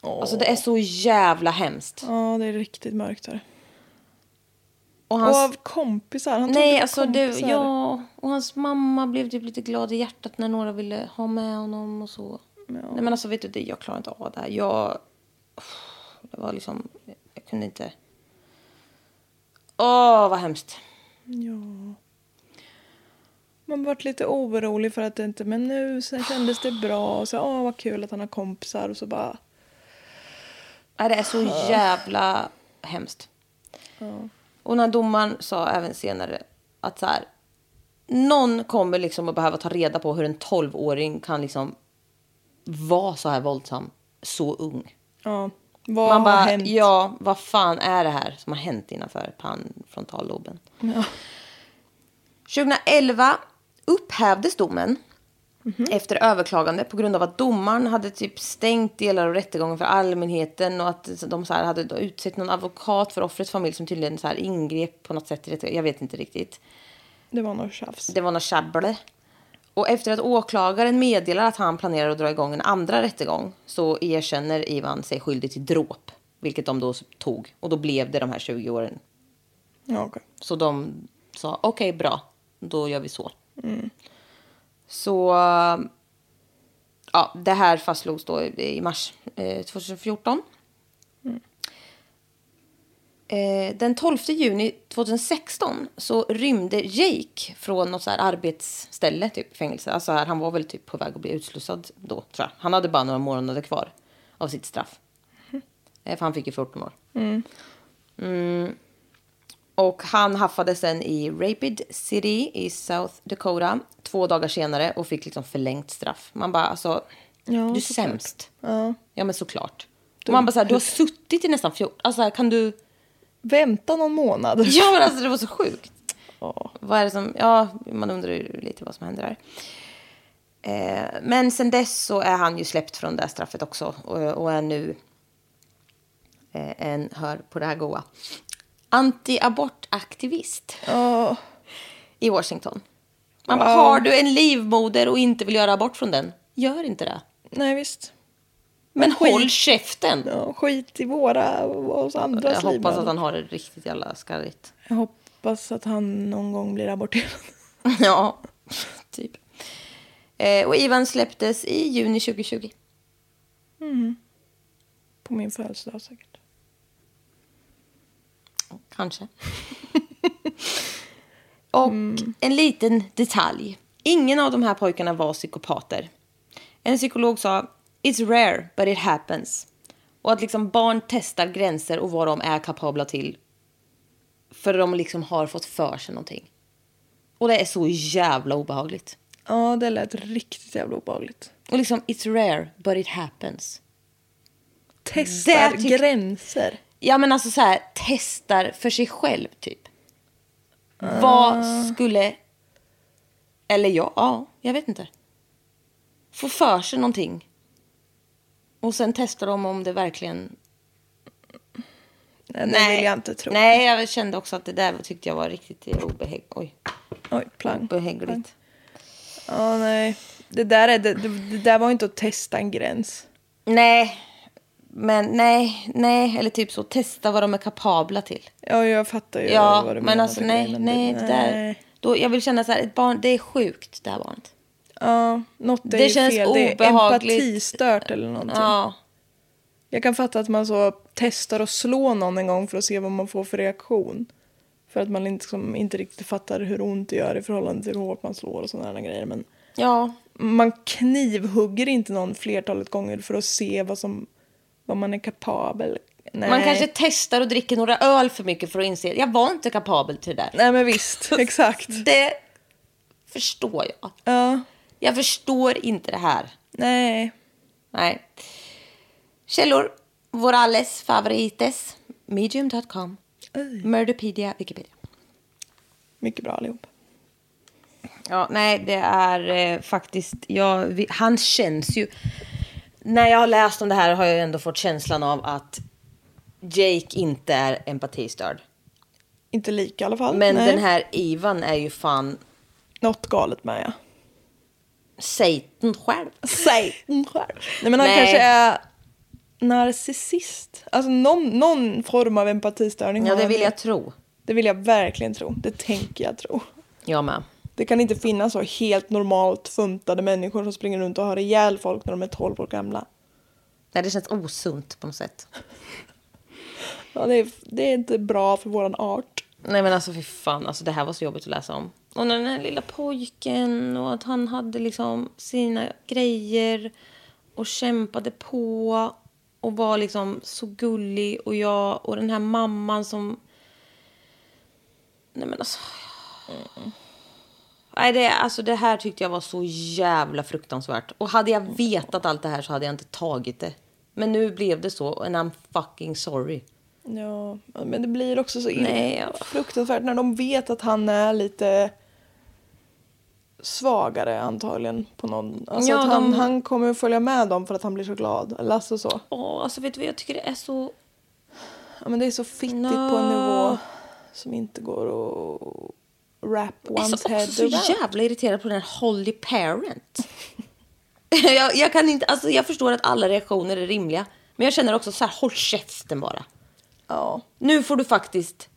Speaker 1: Alltså det är så jävla hemskt.
Speaker 2: Ja, det är riktigt mörkt här.
Speaker 1: Och
Speaker 2: Och
Speaker 1: hans,
Speaker 2: av kompisar. Han tog
Speaker 1: nej,
Speaker 2: upp
Speaker 1: alltså du,
Speaker 2: kompisar.
Speaker 1: ja, och hans mamma blev typ lite glad i hjärtat när några ville ha med honom och så. Nej men alltså vet du, det, jag klarar inte av det här. Jag, (sighs) det var liksom, jag kunde inte. Åh, vad hemskt.
Speaker 2: Ja. Man vart lite orolig för att det inte, men nu sen kändes det bra. Och så, åh vad kul att han har kompisar. Och så bara,
Speaker 1: Nej, det är så jävla hemskt. Och när domaren sa även senare att så här, någon kommer liksom att behöva ta reda på hur en 12-åring kan liksom vara så här våldsam så ung.
Speaker 2: ja. Vad
Speaker 1: Man
Speaker 2: har
Speaker 1: bara,
Speaker 2: hänt?
Speaker 1: ja, vad fan är det här som har hänt innanför pannfrontalloben?
Speaker 2: Ja.
Speaker 1: 2011 upphävdes domen
Speaker 2: Mhm.
Speaker 1: efter överklagande på grund av att domaren hade typ stängt delar av rättegången för allmänheten och att de så här hade då utsett någon advokat för offrets familj som tydligen så här ingrep på något sätt i rättegången. Jag vet inte riktigt.
Speaker 2: Det var nog tjafs.
Speaker 1: Det var något tjabble. Och efter att åklagaren meddelar att han planerar att dra igång en andra rättegång så erkänner Ivan sig skyldig till dråp, vilket de då tog. Och då blev det de här 20 åren.
Speaker 2: Ja, okej.
Speaker 1: Så de sa okej, bra, då gör vi så. Så ja, det här fastslogs då i i mars eh, 2014. Eh, den 12 juni 2016 så rymde Jake från något så här arbetsställe, typ fängelse. Alltså här, han var väl typ på väg att bli utslussad då, tror jag. Han hade bara några månader kvar av sitt straff. Eh, för han fick ju 14 år. Mm. Och han haffade sen i Rapid City i South Dakota två dagar senare och fick liksom förlängt straff. Man bara, alltså,
Speaker 2: Ja,
Speaker 1: du är
Speaker 2: såklart.
Speaker 1: sämst.
Speaker 2: Ja.
Speaker 1: Ja, men såklart. Man bara, så här, du har suttit i nästan 14... Alltså, här, kan du...
Speaker 2: Vänta någon (laughs) månad.
Speaker 1: Ja, men alltså det var så sjukt.
Speaker 2: Ja.
Speaker 1: Vad är det som, ja, man undrar ju lite vad som händer där. Eh, men sen dess så är han ju släppt från det här straffet också och, och är nu eh, en hör på det här goa. Antiabortaktivist
Speaker 2: Ja.
Speaker 1: i Washington. Man bara, har du en livmoder och inte vill göra abort från den, gör inte det.
Speaker 2: Nej, visst.
Speaker 1: Men
Speaker 2: skit.
Speaker 1: håll käften!
Speaker 2: Ja, skit i våra och oss andras
Speaker 1: Jag
Speaker 2: liv.
Speaker 1: hoppas
Speaker 2: men-
Speaker 1: att han har det riktigt jävla skarrigt.
Speaker 2: Jag hoppas att han någon gång blir aborterad. (laughs)
Speaker 1: (laughs) Ja, typ. Eh, och Ivan släpptes i juni 2020.
Speaker 2: På min födelsedag säkert.
Speaker 1: Kanske. och en liten detalj. Ingen av de här pojkarna var psykopater. En psykolog sa It's rare but it happens. Och att liksom barn testar gränser och vad de är kapabla till. För de liksom har fått för sig någonting. Och det är så jävla obehagligt.
Speaker 2: Ja, det lät riktigt jävla obehagligt.
Speaker 1: Och liksom it's rare but it happens.
Speaker 2: Testar
Speaker 1: Där tyck-
Speaker 2: gränser.
Speaker 1: Ja men alltså så här, testar för sig själv typ. Vad
Speaker 2: Ah.
Speaker 1: skulle... Eller ja, ja, jag vet inte. Få för sig någonting. Och sen testar de om det verkligen...
Speaker 2: Nej, det vill jag inte tro.
Speaker 1: Nej, jag kände också att det där tyckte jag var riktigt obehag... Oj,
Speaker 2: Oj, plang. Plang.
Speaker 1: obehagligt.
Speaker 2: Ja, nej. Det där, är, det, det, det där var inte att testa en gräns.
Speaker 1: Nej, men nej, nej. Eller typ så, testa vad de är kapabla till.
Speaker 2: Ja, jag fattar ju
Speaker 1: Ja,
Speaker 2: vad du
Speaker 1: men
Speaker 2: menar
Speaker 1: alltså
Speaker 2: med
Speaker 1: nej,
Speaker 2: grejen,
Speaker 1: nej, det där.
Speaker 2: nej. Typ.
Speaker 1: Då, jag vill känna så här, ett barn, det är sjukt det här barnet.
Speaker 2: Ja, något är
Speaker 1: Det
Speaker 2: ju
Speaker 1: känns
Speaker 2: fel. Det är
Speaker 1: obehagligt.
Speaker 2: empatistört eller någonting.
Speaker 1: Ja,
Speaker 2: Jag kan fatta att man så testar att slå någon en gång för att se vad man får för reaktion. För att man liksom inte riktigt fattar hur ont det gör i förhållande till hur hårt man slår och sådana grejer. Men
Speaker 1: ja,
Speaker 2: man knivhugger inte någon flertalet gånger för att se vad, som, vad man är kapabel Nej.
Speaker 1: Man kanske testar och dricker några öl för mycket för att inse jag var inte kapabel till det där.
Speaker 2: Nej
Speaker 1: (laughs)
Speaker 2: men visst, exakt.
Speaker 1: Det förstår jag.
Speaker 2: Ja,
Speaker 1: Jag förstår inte det här.
Speaker 2: nej.
Speaker 1: Nej. Källor. Vår alles favorites. Medium.com. Murderpedia. Wikipedia.
Speaker 2: Mycket bra allihop.
Speaker 1: Ja, nej, det är eh, faktiskt... Jag, vi, han känns ju... När jag har läst om det här har jag ändå fått känslan av att Jake inte är empatistörd.
Speaker 2: Inte lika i alla fall.
Speaker 1: Men
Speaker 2: nej.
Speaker 1: den här Ivan är ju fan
Speaker 2: Något galet med ja.
Speaker 1: Satan själv.
Speaker 2: Satan själv. Nej men
Speaker 1: Mm,
Speaker 2: han
Speaker 1: Nej.
Speaker 2: kanske är narcissist. Alltså någon, någon form av empatistörning.
Speaker 1: Ja,
Speaker 2: har
Speaker 1: det
Speaker 2: han.
Speaker 1: vill jag tro.
Speaker 2: Det vill jag verkligen tro. Det tänker jag tro.
Speaker 1: Jag med.
Speaker 2: Det kan inte finnas så helt normalt funtade människor som springer runt och har ihjäl folk när de är 12 år gamla.
Speaker 1: Nej, det känns osunt på något sätt.
Speaker 2: Ja, det, är, det är inte bra för våran art.
Speaker 1: Nej men alltså fy fan, alltså, det här var så jobbigt att läsa om. Och den här lilla pojken och att han hade liksom sina grejer och kämpade på och var liksom så gullig och jag och den här mamman som... Nej men alltså... Nej, det, alltså det här tyckte jag var så jävla fruktansvärt. Och hade jag vetat allt det här så hade jag inte tagit det. Men nu blev det så and I'm fucking sorry.
Speaker 2: Ja, men det blir också så
Speaker 1: Nej,
Speaker 2: Nej,
Speaker 1: ja.
Speaker 2: fruktansvärt när de vet att han är lite svagare antagligen på någon. Alltså
Speaker 1: Ja,
Speaker 2: att han,
Speaker 1: de-
Speaker 2: han kommer följa med dem för att han blir så glad. Eller alltså så.
Speaker 1: Åh, alltså vet du vad jag tycker det är så
Speaker 2: Ja, men det är så fittigt
Speaker 1: Nå.
Speaker 2: på en nivå som inte går att wrap
Speaker 1: Jag är
Speaker 2: one's
Speaker 1: så-
Speaker 2: head
Speaker 1: också så jävla irriterad på den här Holly Parent. (laughs) jag, jag, kan inte, alltså, jag förstår att alla reaktioner är rimliga. Men jag känner också så här, håll käften bara.
Speaker 2: Ja.
Speaker 1: Nu får du faktiskt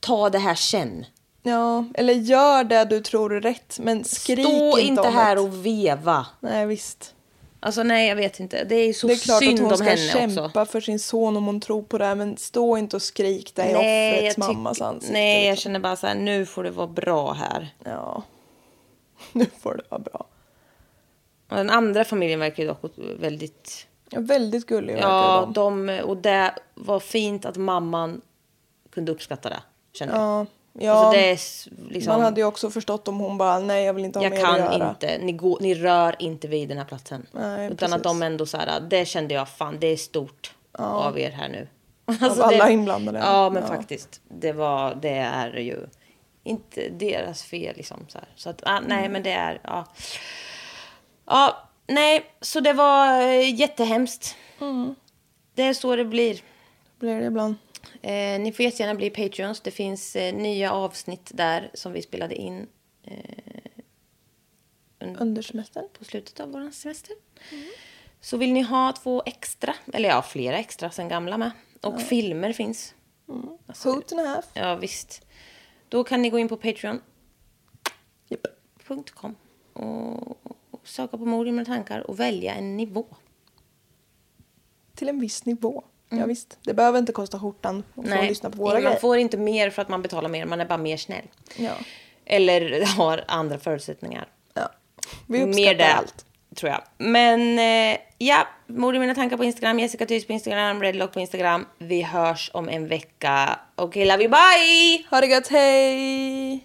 Speaker 1: ta det här sen.
Speaker 2: ja, eller gör det du tror är rätt men skrik
Speaker 1: Stå inte,
Speaker 2: om
Speaker 1: här
Speaker 2: det.
Speaker 1: och veva.
Speaker 2: Nej visst.
Speaker 1: Alltså nej, jag vet inte. Det är ju så
Speaker 2: Det är klart
Speaker 1: synd
Speaker 2: att hon
Speaker 1: om
Speaker 2: ska
Speaker 1: henne
Speaker 2: kämpa
Speaker 1: också.
Speaker 2: för sin son om hon tror på det här, men stå inte och skrik där i offrets
Speaker 1: jag tyck-
Speaker 2: mammas ansikte.
Speaker 1: nej, jag
Speaker 2: liksom.
Speaker 1: känner bara så här, nu får det vara bra här.
Speaker 2: Ja. (laughs) Nu får det vara bra.
Speaker 1: Och den andra familjen verkar ju dock väldigt
Speaker 2: Ja, väldigt gullig verkar
Speaker 1: Ja,
Speaker 2: de.
Speaker 1: de, och det var fint att mamman kunde uppskatta det. Känner jag.
Speaker 2: Ja, ja.
Speaker 1: Alltså det är s- liksom,
Speaker 2: Man hade ju också förstått om hon bara, nej jag vill inte ha
Speaker 1: jag
Speaker 2: mer att göra.
Speaker 1: kan inte, ni, går, ni rör inte vid den här platsen.
Speaker 2: Nej,
Speaker 1: Utan
Speaker 2: precis.
Speaker 1: att de ändå så här, det kände jag, fan det är stort av er här nu. (laughs) Alltså,
Speaker 2: alla inblandade.
Speaker 1: Ja, men
Speaker 2: Ja.
Speaker 1: faktiskt. Det, var, det är ju inte deras fel liksom. Så, här. så att, ah, nej,
Speaker 2: Mm.
Speaker 1: men det är, ja. Ja, nej, så det var eh, jättehemskt.
Speaker 2: Mm.
Speaker 1: Det är så det blir.
Speaker 2: Blir det ibland.
Speaker 1: Eh, ni får jättegärna bli Patreons. Det finns eh, nya avsnitt där som vi spelade in eh,
Speaker 2: Under Mm. semestern.
Speaker 1: på slutet av vår semester. Så vill ni ha två extra, eller ja, flera extra sen gamla med. Och filmer finns.
Speaker 2: Hoot and a half.
Speaker 1: Ja, visst. Då kan ni gå in på patreon.com
Speaker 2: Japp.
Speaker 1: och och söka på mord i mina tankar och välja en nivå.
Speaker 2: Till en viss nivå. Ja, visst. Det behöver inte kosta skjortan om man lyssnar på våra
Speaker 1: man
Speaker 2: grejer.
Speaker 1: Mm. får inte mer för att man betalar mer, man är bara mer snäll.
Speaker 2: Ja.
Speaker 1: Eller (laughs) har andra förutsättningar.
Speaker 2: Ja. Vi
Speaker 1: Mer
Speaker 2: uppskattar
Speaker 1: det,
Speaker 2: allt.
Speaker 1: tror jag. Men eh, ja, mord i mina tankar på Instagram, Jessica Thys på Instagram, Redlock på Instagram. Vi hörs om en vecka. Okej, love you, bye!
Speaker 2: Ha det gött, hej!